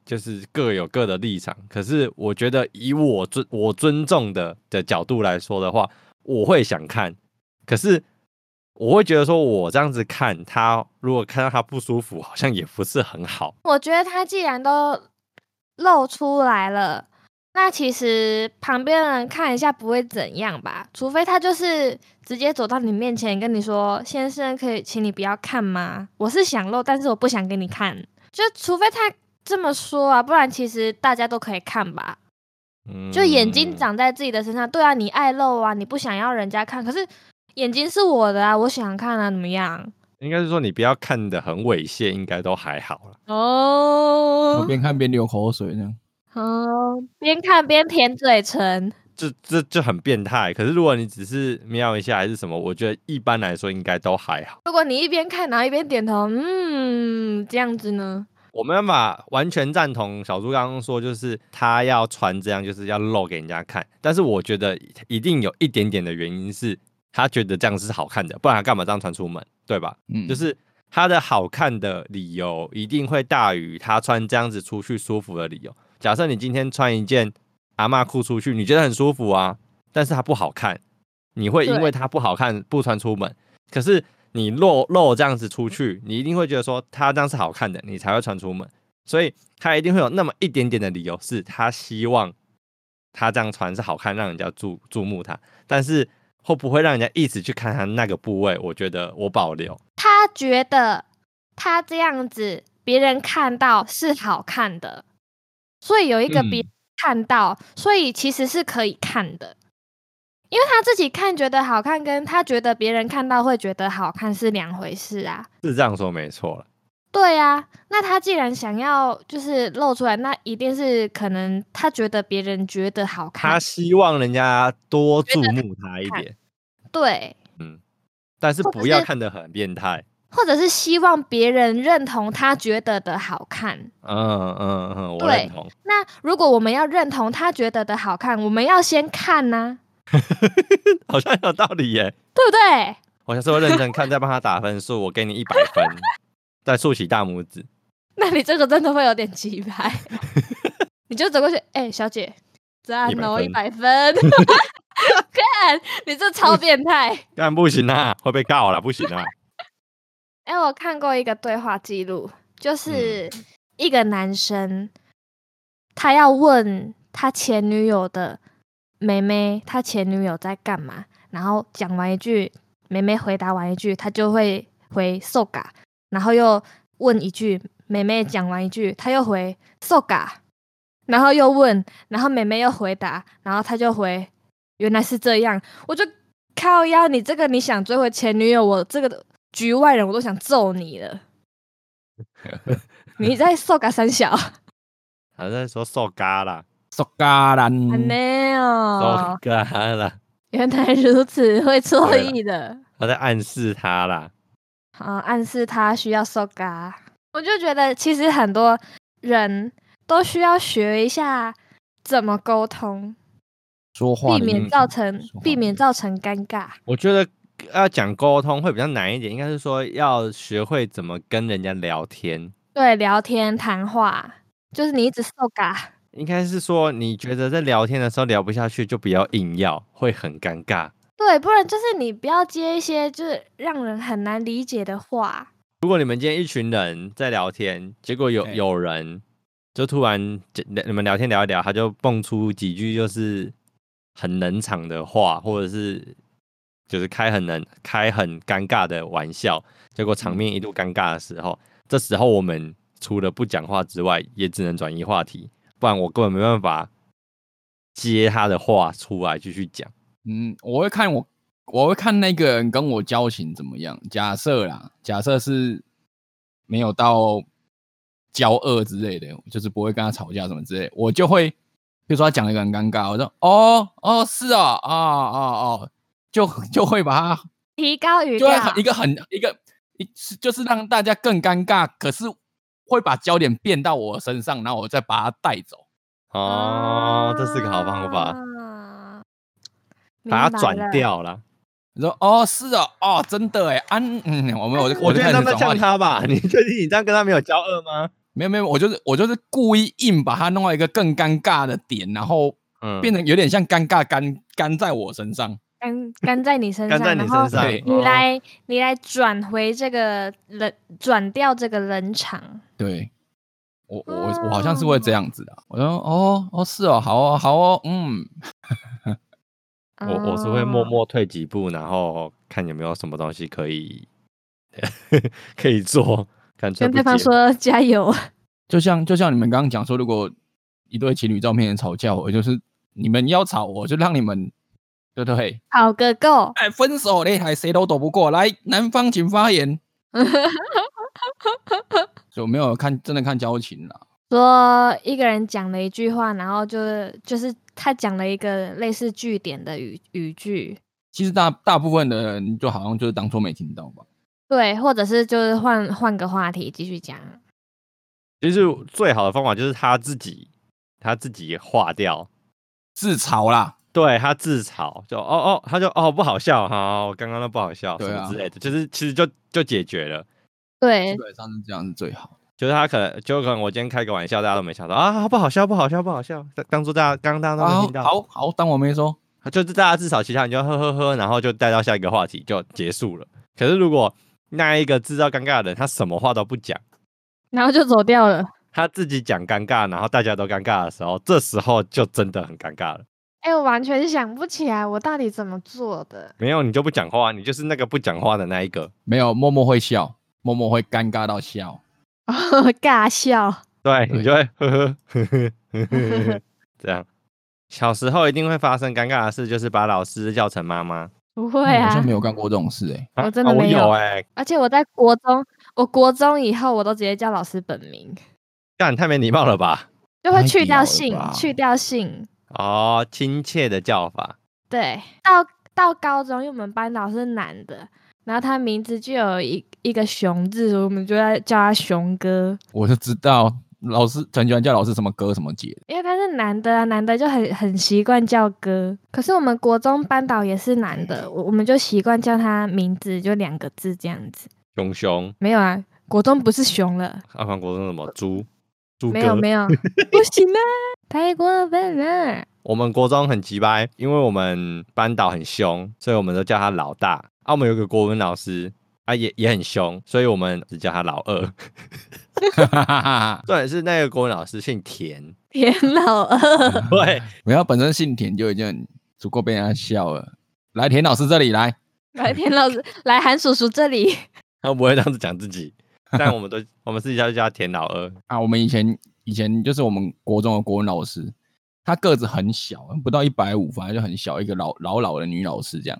[SPEAKER 3] 就是各有各的立场，可是我觉得以我尊我尊重的的角度来说的话，我会想看，可是我会觉得说我这样子看他，如果看到他不舒服，好像也不是很好。
[SPEAKER 2] 我觉得他既然都露出来了，那其实旁边人看一下不会怎样吧？除非他就是直接走到你面前跟你说：“先生，可以请你不要看吗？我是想露，但是我不想给你看。”就除非他这么说啊，不然其实大家都可以看吧。
[SPEAKER 3] 嗯
[SPEAKER 2] 就眼睛，长在自己的身上，对啊，你爱露啊，你不想要人家看，可是眼睛是我的啊，我想看啊，怎么样？
[SPEAKER 3] 应该是说你不要看的很猥亵，应该都还好了。
[SPEAKER 1] 我
[SPEAKER 2] 哦
[SPEAKER 1] 边看边流口水那样。
[SPEAKER 2] 哦，边看边舔嘴唇，
[SPEAKER 3] 这这就很变态，可是如果你只是瞄一下还是什么，我觉得一般来说应该都还好。
[SPEAKER 2] 如果你一边看然后一边点头，嗯，这样子呢？
[SPEAKER 3] 我没办法完全赞同小猪刚刚说，就是他要穿这样，就是要露给人家看。但是我觉得一定有一点点的原因是，他觉得这样是好看的，不然他干嘛这样穿出门，对吧？
[SPEAKER 1] 嗯，
[SPEAKER 3] 就是他的好看的理由一定会大于他穿这样子出去舒服的理由。假设你今天穿一件阿嬷裤出去，你觉得很舒服啊，但是它不好看，你会因
[SPEAKER 2] 对
[SPEAKER 3] 为它不好看不穿出门。可是你露露这样子出去，你一定会觉得说它这样是好看的，你才会穿出门。所以他一定会有那么一点点的理由，是他希望他这样穿是好看，让人家注注目他。但是会不会让人家一直去看他那个部位？我觉得我保留。
[SPEAKER 2] 他觉得他这样子，别人看到是好看的，所以有一个别
[SPEAKER 1] 嗯
[SPEAKER 2] 人看到，所以其实是可以看的。因为他自己看觉得好看，跟他觉得别人看到会觉得好看是两回事啊。
[SPEAKER 3] 是这样说没错了。
[SPEAKER 2] 对啊，那他既然想要就是露出来，那一定是可能他觉得别人觉得好看
[SPEAKER 3] 他，希望人家多注
[SPEAKER 2] 嗯觉得
[SPEAKER 3] 目他一
[SPEAKER 2] 看
[SPEAKER 3] 点，
[SPEAKER 2] 对，
[SPEAKER 3] 但是
[SPEAKER 2] 或者
[SPEAKER 3] 不要
[SPEAKER 2] 是
[SPEAKER 3] 看得很变态。
[SPEAKER 2] 或者是希望别人认同他觉得的好看。
[SPEAKER 3] 嗯嗯嗯，我
[SPEAKER 2] 对
[SPEAKER 3] 认同。
[SPEAKER 2] 那如果我们要认同他觉得的好看，我们要先看啊呐、
[SPEAKER 3] 好像有道理耶。
[SPEAKER 2] 对不对？
[SPEAKER 3] 我下次会认真看，再帮他打分数，我给你一百分，再竖起大拇指。
[SPEAKER 2] 那你这个真的会有点急白， 你就走过去，哎、小姐，赞哦，一
[SPEAKER 3] 100
[SPEAKER 2] 百分， 看你这超变态。
[SPEAKER 3] 但不行啊，会被告了，不行啊。
[SPEAKER 2] 哎、我看过一个对话记录，就是一个男生，他要问他前女友的妹妹，他前女友在干嘛，然后讲完一句，妹妹回答完一句，他就会回 so ga，然后又问一句，妹妹讲完一句，他又回 so ga， 然后又问，然后妹妹又回答，然后他就回原来是这样，我就靠腰，你这个你想追回前女友，我这个局外人我都想揍 你了。你在受个三小，
[SPEAKER 3] 还在说受嘎啦，
[SPEAKER 1] 苏嘎兰，
[SPEAKER 2] 很没
[SPEAKER 3] 受
[SPEAKER 1] 哦
[SPEAKER 2] 有，
[SPEAKER 3] 嘎啦，
[SPEAKER 2] 原来如此，会错
[SPEAKER 3] 对了
[SPEAKER 2] 意的。
[SPEAKER 1] 啊
[SPEAKER 3] 他在暗示他啦。
[SPEAKER 2] 啊、暗示他需要 soga。我就觉得其实很多人都需要学一下怎么沟通，
[SPEAKER 1] 说话
[SPEAKER 2] 避
[SPEAKER 1] 的
[SPEAKER 2] 免
[SPEAKER 1] 艺术
[SPEAKER 2] 造成
[SPEAKER 1] 说话
[SPEAKER 2] 避
[SPEAKER 1] 的
[SPEAKER 2] 免
[SPEAKER 1] 艺术
[SPEAKER 2] 造成尴尬。
[SPEAKER 3] 我觉得要讲沟通会比较难一点，应该是说要学会怎么跟人家聊天。
[SPEAKER 2] 对，聊天谈话就是你一直 soga，
[SPEAKER 3] 应该是说你觉得在聊天的时候聊不下去，就不要硬要，会很尴尬。
[SPEAKER 2] 对，不然就是你不要接一些就是让人很难理解的话。
[SPEAKER 3] 如果你们今天一群人在聊天，结果有
[SPEAKER 1] 哎
[SPEAKER 3] 有人就突然你们聊天聊一聊，他就蹦出几句就是很冷场的话，或者是就是开很冷开很尴尬的玩笑，结果场面一度尴尬的时候，这时候我们除了不讲话之外，也只能转移话题，不然我根本没办法接他的话出来继续讲。
[SPEAKER 1] 嗯，我会看我，我会看那个人跟我交情怎么样。假设啦，假设是没有到交恶之类的，就是不会跟他吵架什么之类的，我就会，比如说他讲了一个很尴尬，我说哦哦是哦哦哦哦，就就会把他，
[SPEAKER 2] 提高语
[SPEAKER 1] 就会
[SPEAKER 2] 调，
[SPEAKER 1] 很一个很一个一是就是让大家更尴尬，可是会把焦点变到我身上，然后我再把他带走。
[SPEAKER 3] 哦，这是个好方法，
[SPEAKER 2] 法，
[SPEAKER 3] 把
[SPEAKER 2] 啊明
[SPEAKER 3] 它
[SPEAKER 2] 白
[SPEAKER 3] 转
[SPEAKER 2] 了。
[SPEAKER 3] 掉啦。
[SPEAKER 1] 你说哦是哦哦真的哎，啊嗯，我们我就
[SPEAKER 3] 我
[SPEAKER 1] 就
[SPEAKER 3] 觉
[SPEAKER 1] 开
[SPEAKER 3] 得
[SPEAKER 1] 始
[SPEAKER 3] 他
[SPEAKER 1] 转话
[SPEAKER 3] 们像
[SPEAKER 1] 题
[SPEAKER 3] 他吧？你确定你这样跟他没有交恶吗？
[SPEAKER 1] 没有没有，我就是我就是故意硬把它弄到一个更尴尬的点，然后
[SPEAKER 3] 嗯
[SPEAKER 1] 变成有点像尴尬干干在我身上。
[SPEAKER 2] 干干在你身上，
[SPEAKER 3] 干在
[SPEAKER 2] 然
[SPEAKER 3] 你
[SPEAKER 2] 后
[SPEAKER 3] 身上，
[SPEAKER 1] 对
[SPEAKER 2] 你
[SPEAKER 3] 哦
[SPEAKER 2] 来，你来转回这个冷，转掉这个冷场。
[SPEAKER 1] 对，我我我好像是会这样子的。我说哦哦是哦，好哦好哦，嗯，
[SPEAKER 3] 我我是会默
[SPEAKER 2] 哦
[SPEAKER 3] 默退几步，然后看有没有什么东西可以 可以做，干脆
[SPEAKER 2] 跟
[SPEAKER 3] 不
[SPEAKER 2] 对方
[SPEAKER 3] 接
[SPEAKER 2] 说加油。
[SPEAKER 1] 就像就像你们刚刚讲说，如果一对情侣照面前吵架，我就是你们要吵，我就让你们对不对？
[SPEAKER 2] 好个够！
[SPEAKER 1] 哎，分手擂台谁都躲不过来，男方请发言。所以我没有看真的看交情啦。
[SPEAKER 2] 说一个人讲了一句话，然后就是就是他讲了一个类似句点的语语句，
[SPEAKER 1] 其实大大部分的人就好像就是当初没听到吧。
[SPEAKER 2] 对，或者是就是换换个话题继续讲。
[SPEAKER 3] 其实最好的方法就是他自己他自己化掉，
[SPEAKER 1] 自嘲啦，
[SPEAKER 3] 对他自嘲，就哦哦，他就哦不好笑哈，我刚刚那不好笑什
[SPEAKER 1] 对啊
[SPEAKER 3] 么之类的，就是其实就就解决了。
[SPEAKER 1] 基
[SPEAKER 2] 对，
[SPEAKER 1] 本上是这样是最好的。
[SPEAKER 3] 就是他可能，就可能我今天开个玩笑，大家都没想到啊，不好笑，不好笑，不好笑。当当做大家，刚刚大家都没听到。
[SPEAKER 1] 好哦好，当我没说。
[SPEAKER 3] 就是大家至少其他人就呵呵呵，然后就带到下一个话题就结束了。可是如果那一个制造尴尬的人，他什么话都不讲，
[SPEAKER 2] 然后就走掉了。
[SPEAKER 3] 他自己讲尴尬，然后大家都尴尬的时候，这时候就真的很尴尬了。
[SPEAKER 2] 哎、我完全想不起来我到底怎么做的。
[SPEAKER 3] 没有你就不讲话，啊你就是那个不讲话的那一个。
[SPEAKER 1] 没有，默默会笑，默默会尴尬到笑。
[SPEAKER 2] 尬笑，
[SPEAKER 3] 对
[SPEAKER 1] 对
[SPEAKER 3] 你就会呵呵呵呵呵呵呵这样。小时候一定会发生尴尬的事，就是把老师叫成妈妈。
[SPEAKER 2] 不会
[SPEAKER 1] 我嗯好
[SPEAKER 2] 啊
[SPEAKER 1] 像，没有干过这种事哎、欸。
[SPEAKER 3] 啊
[SPEAKER 2] 哦我真的
[SPEAKER 3] 啊我
[SPEAKER 2] 没有
[SPEAKER 3] 有哎、
[SPEAKER 2] 而且我在国中，我国中以后我都直接叫老师本名，
[SPEAKER 3] 干太没礼貌了吧？
[SPEAKER 2] 就会
[SPEAKER 1] 太
[SPEAKER 2] 去掉
[SPEAKER 1] 屌了
[SPEAKER 2] 姓
[SPEAKER 1] 吧，
[SPEAKER 2] 去掉姓。
[SPEAKER 3] 哦，亲切的叫法。
[SPEAKER 2] 对，到到高中，因为我们班导是男的，然后他名字就有一一个熊字，我们就在叫他熊哥，
[SPEAKER 1] 我就知道老师很喜欢叫老师什么哥什么姐，
[SPEAKER 2] 因为他是男的啊，男的就很很习惯叫哥。可是我们国中班导也是男的，我我们就习惯叫他名字，就两个字这样子。
[SPEAKER 3] 熊熊，
[SPEAKER 2] 没有啊，国中不是熊了，
[SPEAKER 3] 阿凡国中什么猪？猪
[SPEAKER 2] 没有
[SPEAKER 3] 哥。
[SPEAKER 2] 没有，不行啊，太过分了。
[SPEAKER 3] 我们国中很急掰，因为我们班导很凶，所以我们都叫他老大。啊，我们有个国文老师啊，也也很凶，所以我们只叫他老二。 重点是那个国文老师姓 田，
[SPEAKER 2] 田老二，
[SPEAKER 3] 对，
[SPEAKER 1] 没有本身姓田就已经很足够被人家笑了。来，田老师这里来，
[SPEAKER 2] 来田老师，来韩叔叔这里。
[SPEAKER 3] 他不会这样子讲自己，但我们都我们私底下就叫他田老二。
[SPEAKER 1] 啊，我们以前以前就是我们国中的国文老师，她个子很小，不到一百五，反正就很小，一个老老老的女老师这样。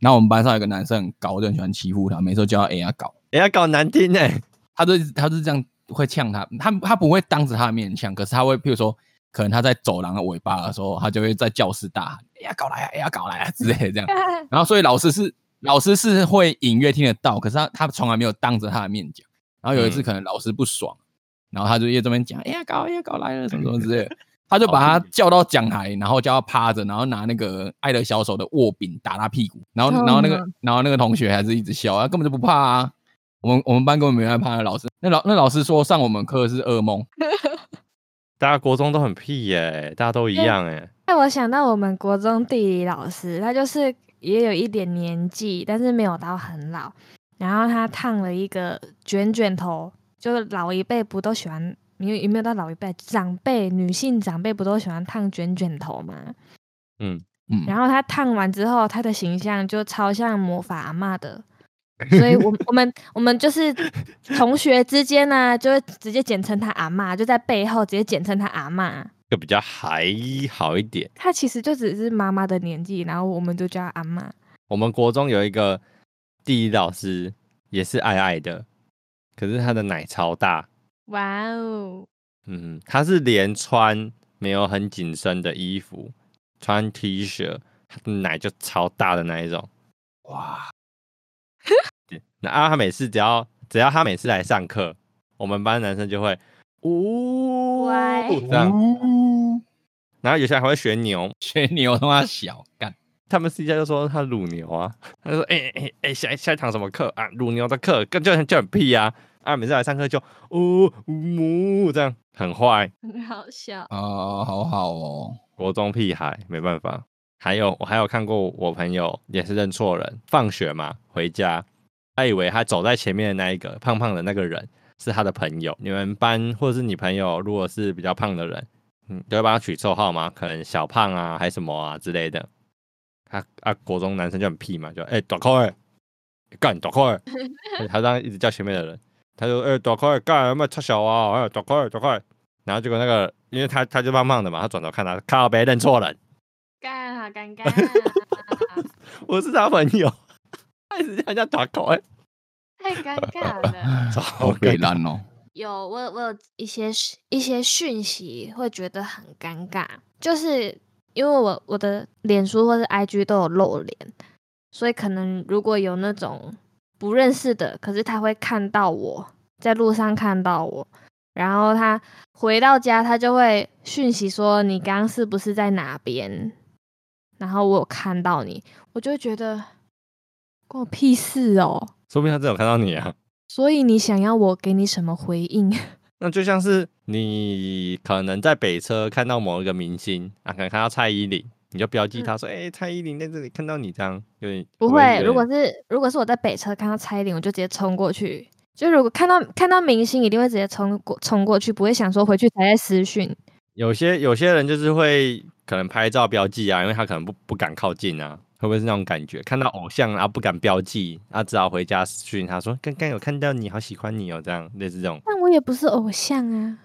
[SPEAKER 1] 然后我们班上有个男生很高，就很喜欢欺负她，每次都叫她哎呀搞，
[SPEAKER 3] 也要搞难听呢、哎
[SPEAKER 1] 她就她就是这样会呛她，她她不会当着她的面呛，可是她会，譬如说，可能她在走廊的尾巴的时候，她就会在教室大喊哎呀搞来啊，哎呀搞来啊之类的这样。然后所以老师是老师是会隐约听得到，可是他他从来没有当着他的面讲。然后有一次
[SPEAKER 3] 嗯
[SPEAKER 1] 可能老师不爽，然后他就一直这边讲，哎呀搞哎呀搞来了什么什么之 类的，他就把他叫到讲台，然后叫他趴着，然后拿那个爱的小手的握柄打他屁股，然后
[SPEAKER 2] 痛
[SPEAKER 1] 然后那个
[SPEAKER 2] 吗
[SPEAKER 1] 然后那个同学还是一直笑，他根本就不怕啊。我们我们班根本没在怕的老师，那老那老师说上我们课是噩梦，
[SPEAKER 3] 大家国中都很屁耶、大家都一样哎、
[SPEAKER 2] 哎，我想到我们国中地理老师，他就是也有一点年纪，但是没有到很老。然后他烫了一个卷卷头，就是老一辈不都喜欢，你有有没有到老一辈长辈女性长辈不都喜欢烫卷卷头吗？
[SPEAKER 3] 嗯，
[SPEAKER 1] 嗯，
[SPEAKER 2] 然后他烫完之后，他的形象就超像魔法阿嬷的，所以我们我们我们就是同学之间呢、就会直接简称他阿嬷，就在背后直接简称他阿嬷。
[SPEAKER 3] 这个比较还好一点。
[SPEAKER 2] 他其实就只是妈妈的年纪，然后我们就叫她阿嬷。
[SPEAKER 3] 我们国中有一个地理老师，也是矮矮的，可是他的奶超大，
[SPEAKER 2] 哇哦，
[SPEAKER 3] 嗯，他是连穿没有很紧身的衣服，穿 T 恤，他的奶就超大的那一种。
[SPEAKER 1] 哇，
[SPEAKER 3] 那啊，他每次只要只要他每次来上课，我们班男生就会呜、
[SPEAKER 2] 乖
[SPEAKER 3] 这样，
[SPEAKER 1] 哦
[SPEAKER 3] 然后有些人还会学牛，
[SPEAKER 1] 学牛他妈小干，
[SPEAKER 3] 他们私底下就说他乳牛啊，他就说哎哎哎下一下一堂什么课啊，乳牛的课，跟就很就很屁呀、啊，啊每次来上课就呜呜、这样很坏，
[SPEAKER 2] 很好笑。
[SPEAKER 1] 哦，好好哦，
[SPEAKER 3] 国中屁孩没办法。还有我还有看过我朋友也是认错人，放学嘛回家，他以为他走在前面的那一个胖胖的那个人是他的朋友。你们班或者是你朋友如果是比较胖的人，嗯，都会帮他取绰号嘛，可能小胖啊还什么啊之类的。他啊国中男生就很屁嘛，就哎、欸、短扣哎，干短扣哎，他这样一直叫前面的人，他就哎、欸、短扣哎干有没有超小啊，哎、欸、短扣哎短扣哎。然后结果那个，因为他他就胖胖的嘛，他转头看他，靠别认错人，
[SPEAKER 2] 干，好尴尬，啊
[SPEAKER 3] 我是他朋友， 他一直叫人家打口哎、
[SPEAKER 2] 太尴尬了。
[SPEAKER 1] 好
[SPEAKER 3] 超
[SPEAKER 1] 给烂哦，
[SPEAKER 2] 有，我有我有一些讯一些讯息会觉得很尴尬，就是因为我我的脸书或是 IG 都有露脸，所以可能如果有那种不认识的，可是他会看到我在路上看到我，然后他回到家他就会讯息说你刚刚是不是在哪边，然后我有看到你，我就会觉得关我屁事哦。
[SPEAKER 3] 说不定他真有看到你啊。
[SPEAKER 2] 所以你想要我给你什么回应？
[SPEAKER 3] 那就像是你可能在北车看到某一个明星啊，可能看到蔡依林，你就标记他说，哎、蔡依林在这里看到你这样，有点
[SPEAKER 2] 不
[SPEAKER 3] 我也
[SPEAKER 2] 会，
[SPEAKER 3] 觉得
[SPEAKER 2] 如果是如果是我在北车看到蔡依林，我就直接冲过去。就如果看到看到明星，一定会直接冲过冲过去，不会想说回去才在私讯。
[SPEAKER 3] 有些有些人就是会可能拍照标记啊，因为他可能不不敢靠近啊，会不会是那种感觉？看到偶像啊不敢标记，啊只好回家私讯他说刚刚有看到你好喜欢你哦，这样类似这种，
[SPEAKER 2] 但我也不是偶像啊。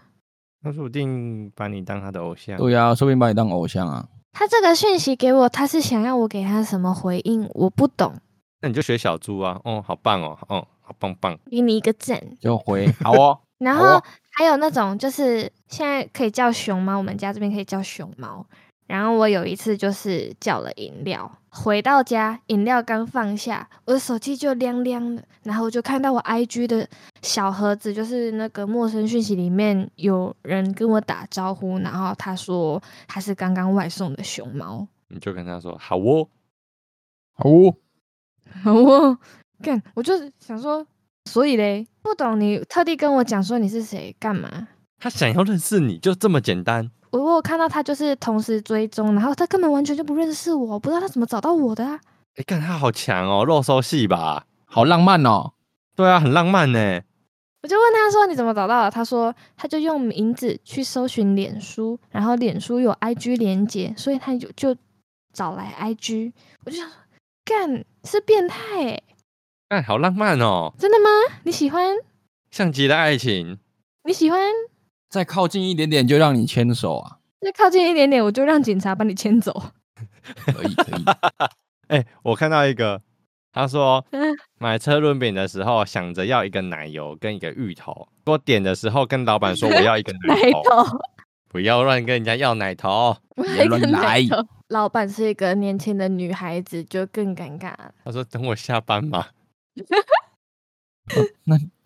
[SPEAKER 3] 他说不定把你当他的偶像。
[SPEAKER 1] 对呀、说不定把你当偶像啊。
[SPEAKER 2] 他这个讯息给我，他是想要我给他什么回应？我不懂，
[SPEAKER 3] 那你就学小猪啊，哦好棒哦，哦好棒棒，
[SPEAKER 2] 给你一个赞。
[SPEAKER 1] 就回好哦，
[SPEAKER 2] 然
[SPEAKER 1] 好啊
[SPEAKER 2] 后还有那种就是现在可以叫熊猫，我们家这边可以叫熊猫。然后我有一次就是叫了饮料，回到家饮料刚放下，我的手机就亮亮的，然后我就看到我 IG 的小盒子，就是那个陌生讯息里面有人跟我打招呼，然后他说他是刚刚外送的熊猫，
[SPEAKER 3] 你就跟他说好哦，
[SPEAKER 1] 好哦，
[SPEAKER 2] 我干，我就是想说，所以嘞，不懂你特地跟我讲说你是谁干嘛？
[SPEAKER 3] 他想要认识你就这么简单，
[SPEAKER 2] 我我有看到他就是同时追踪，然后他根本完全就不认识我，不知道他怎么找到我的啊。
[SPEAKER 3] 哎、看他好强哦，肉收系吧，
[SPEAKER 1] 好浪漫哦，
[SPEAKER 3] 对啊，很浪漫呢，
[SPEAKER 2] 我就问他说你怎么找到的？他说他就用名字去搜寻脸书，然后脸书有 IG 连接，所以他就就找来 IG。我就想说，干是变态哎、
[SPEAKER 3] 哎好浪漫哦，
[SPEAKER 2] 真的吗？你喜欢？
[SPEAKER 3] 像极了爱情。
[SPEAKER 2] 你喜欢？
[SPEAKER 1] 再靠近一点点就让你牵手啊，
[SPEAKER 2] 再靠近一点点，我就让警察把你牵走。
[SPEAKER 1] 哦可以 可以，
[SPEAKER 3] 哎、我看到一个，他说
[SPEAKER 2] 嗯
[SPEAKER 3] 买车轮饼的时候想着要一个奶油跟一个芋头，我点的时候跟老板说我要一个
[SPEAKER 2] 奶
[SPEAKER 3] 奶头，
[SPEAKER 2] 头，
[SPEAKER 3] 不要乱跟人家要奶头。
[SPEAKER 1] 别乱来。
[SPEAKER 2] 老板是一个年轻的女孩子，就更尴尬了。
[SPEAKER 3] 他说等我下班嘛，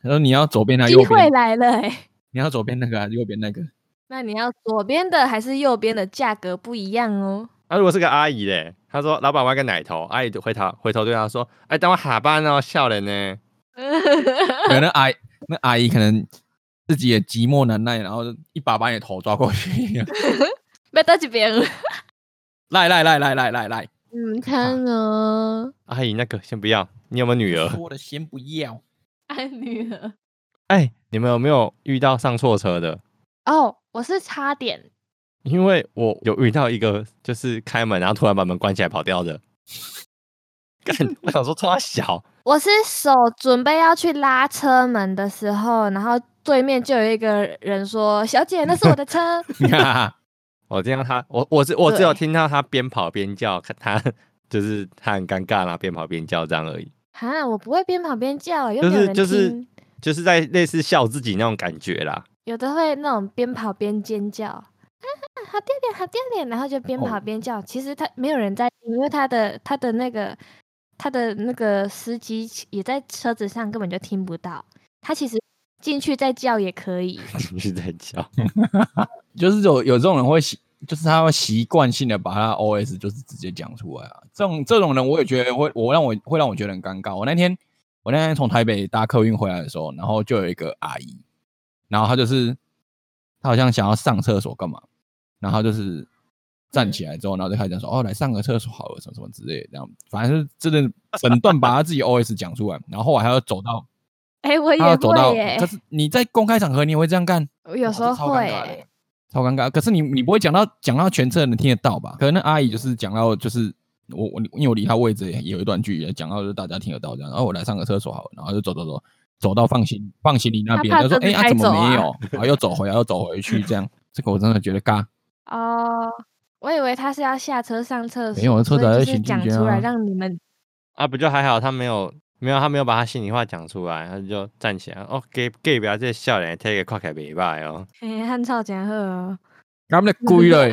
[SPEAKER 1] 他说你要左边还是
[SPEAKER 2] 机
[SPEAKER 1] 右
[SPEAKER 2] 会
[SPEAKER 1] 边？
[SPEAKER 2] 来了、欸，
[SPEAKER 1] 你要左边那个还是右边那个？
[SPEAKER 2] 那你要左边的还是右边的？价格不一样哦。
[SPEAKER 3] 啊，如果是个阿姨嘞，她说老板我要个奶头，阿姨就回头回头对她说，哎、等我下班哦，笑人呢。
[SPEAKER 1] 可能阿姨那阿姨可能自己也寂寞难耐，然后一把把你的头抓过去，
[SPEAKER 2] 别到这边。
[SPEAKER 1] 来来来来来来来，
[SPEAKER 2] 嗯，看哦，
[SPEAKER 3] 阿姨那个先不要，你有没有女儿？
[SPEAKER 1] 说了先不要。
[SPEAKER 2] 爱女儿。
[SPEAKER 3] 哎、你们有没有遇到上错车的？
[SPEAKER 2] 哦，我是差点，
[SPEAKER 3] 因为我有遇到一个，就是开门然后突然把门关起来跑掉的。 干，我想说他小，
[SPEAKER 2] 我是手准备要去拉车门的时候，然后对面就有一个人说：“小姐，那是我的车。
[SPEAKER 3] 我听到他，我我只我只有
[SPEAKER 2] 对
[SPEAKER 3] 听到他边跑边叫，看他就是他很尴尬啦，边跑边叫这样而已，”
[SPEAKER 2] 哈，我不会边跑边叫，又
[SPEAKER 3] 就
[SPEAKER 2] 没有
[SPEAKER 3] 是
[SPEAKER 2] 人
[SPEAKER 3] 就是
[SPEAKER 2] 听
[SPEAKER 3] 就是在类似笑自己那种感觉啦。
[SPEAKER 2] 有的会那种边跑边尖叫，啊，好丢脸，好丢脸，然后就边
[SPEAKER 1] 哦
[SPEAKER 2] 跑边叫。其实他没有人在听，因为他的他的那个他的那个司机也在车子上，根本就听不到。他其实进去再叫也可以。
[SPEAKER 3] 是在叫，
[SPEAKER 1] 就是有有这种人会习，就是他会习惯性的把他的 OS 就是直接讲出来啊。这种这种人，我也觉得会，我让我会让我觉得很尴尬。我那天我那天从台北搭客运回来的时候，然后就有一个阿姨，然后她就是她好像想要上厕所干嘛，然后她就是站起来之后，然后就开始讲说哦，来上个厕所好了，什么什么之类的，这样反正就是真的整段把她自己 OS 讲出来，然后后来还要走到
[SPEAKER 2] 哎、我
[SPEAKER 1] 他要
[SPEAKER 2] 也
[SPEAKER 1] 走到
[SPEAKER 2] 会耶、，
[SPEAKER 1] 可是你在公开场合你也会这样干？
[SPEAKER 2] 我有
[SPEAKER 1] 哇
[SPEAKER 2] 时
[SPEAKER 1] 这
[SPEAKER 2] 候
[SPEAKER 1] 超
[SPEAKER 2] 会
[SPEAKER 1] 尴尬的
[SPEAKER 2] 耶、
[SPEAKER 1] 超尴尬。可是你你不会讲到讲到全车能听得到吧？可能那阿姨就是讲到就是我我因为我离她位置也也有一段距离，讲到就是大家听得到这样。然、后我来上个厕所好了，然后就走走走走到放行放行李那边，
[SPEAKER 2] 他怕
[SPEAKER 1] 就说
[SPEAKER 2] 车
[SPEAKER 1] 哎
[SPEAKER 2] 子
[SPEAKER 1] 呀、
[SPEAKER 2] 开
[SPEAKER 1] 怎么
[SPEAKER 2] 走啊
[SPEAKER 1] 没 有？然后又走回来又走回去这样，这个我真的觉得尬。
[SPEAKER 2] 哦，我以为他是要下车上厕所，
[SPEAKER 1] 没有车
[SPEAKER 2] 所以
[SPEAKER 1] 子还
[SPEAKER 2] 就
[SPEAKER 1] 在
[SPEAKER 2] 是
[SPEAKER 1] 行进
[SPEAKER 2] 讲
[SPEAKER 1] 间
[SPEAKER 2] 出来
[SPEAKER 1] 啊
[SPEAKER 2] 让你们
[SPEAKER 3] 啊，不就还好，他没有没有他没有把他心里话讲出来，他就站起来，哦，gay gay 不要这笑脸，take 跨开袂歹哦。
[SPEAKER 2] 哎汉超讲喝哦。
[SPEAKER 1] 他们故意 的，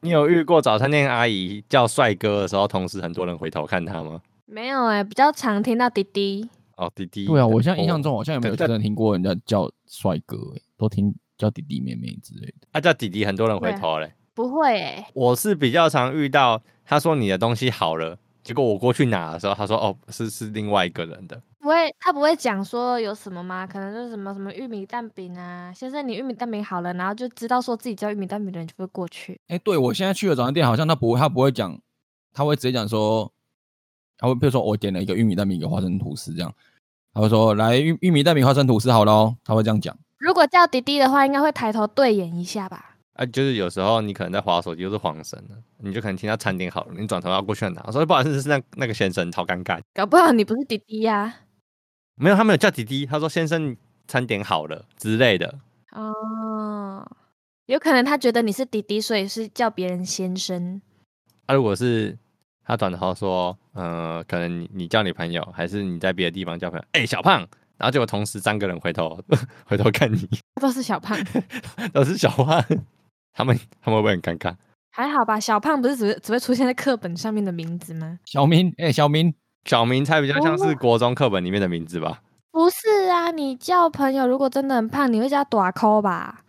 [SPEAKER 3] 你有遇过早餐店阿姨叫帅哥的时候，同时很多人回头看他吗？
[SPEAKER 2] 没有哎、比较常听到滴滴。
[SPEAKER 3] 哦，弟弟。
[SPEAKER 1] 对啊，我现在
[SPEAKER 3] 哦
[SPEAKER 1] 印象中好像也没有真的听过人家叫帅哥、欸，都听叫弟弟妹妹之类的。
[SPEAKER 3] 啊，叫弟弟，很多人回头嘞。
[SPEAKER 2] 不会哎、
[SPEAKER 3] 我是比较常遇到，他说你的东西好了，结果我过去拿的时候，他说哦，是是另外一个人的。
[SPEAKER 2] 不会，他不会讲说有什么吗？可能就是什么什么玉米蛋饼啊，先生，你玉米蛋饼好了，然后就知道说自己叫玉米蛋饼的人就会过去。
[SPEAKER 1] 哎、对我现在去的早餐店，好像他不会，他不会讲，他会直接讲说，他会比如说我点了一个玉米蛋饼，一个花生吐司这样，他会说来玉玉米蛋饼花生吐司好喽，他会这样讲。
[SPEAKER 2] 如果叫滴滴的话，应该会抬头对眼一下吧？
[SPEAKER 3] 啊，就是有时候你可能在划手机，又是晃神了，你就可能听到餐点好了，你转头要过去拿，说不好意思，是那那个先生，超尴尬。
[SPEAKER 2] 搞不好你不是滴滴呀、
[SPEAKER 3] 没有，他没有叫弟弟，他说先生餐点好了之类的。
[SPEAKER 2] 哦，有可能他觉得你是滴滴，所以是叫别人先生。
[SPEAKER 3] 啊，如果是他转头说，呃，可能你你叫你朋友，还是你在别的地方叫朋友，哎、小胖，然后结果同时三个人回头 回头看你，
[SPEAKER 2] 都是小胖，
[SPEAKER 3] 都是小胖，他们他们会不会很尴尬？
[SPEAKER 2] 还好吧？小胖不是只会只会出现在课本上面的名字吗？
[SPEAKER 1] 小明，哎、小明，
[SPEAKER 3] 小明才比较像是国中课本里面的名字吧？
[SPEAKER 2] 不是啊，你叫朋友如果真的很胖，你会叫短抠吧？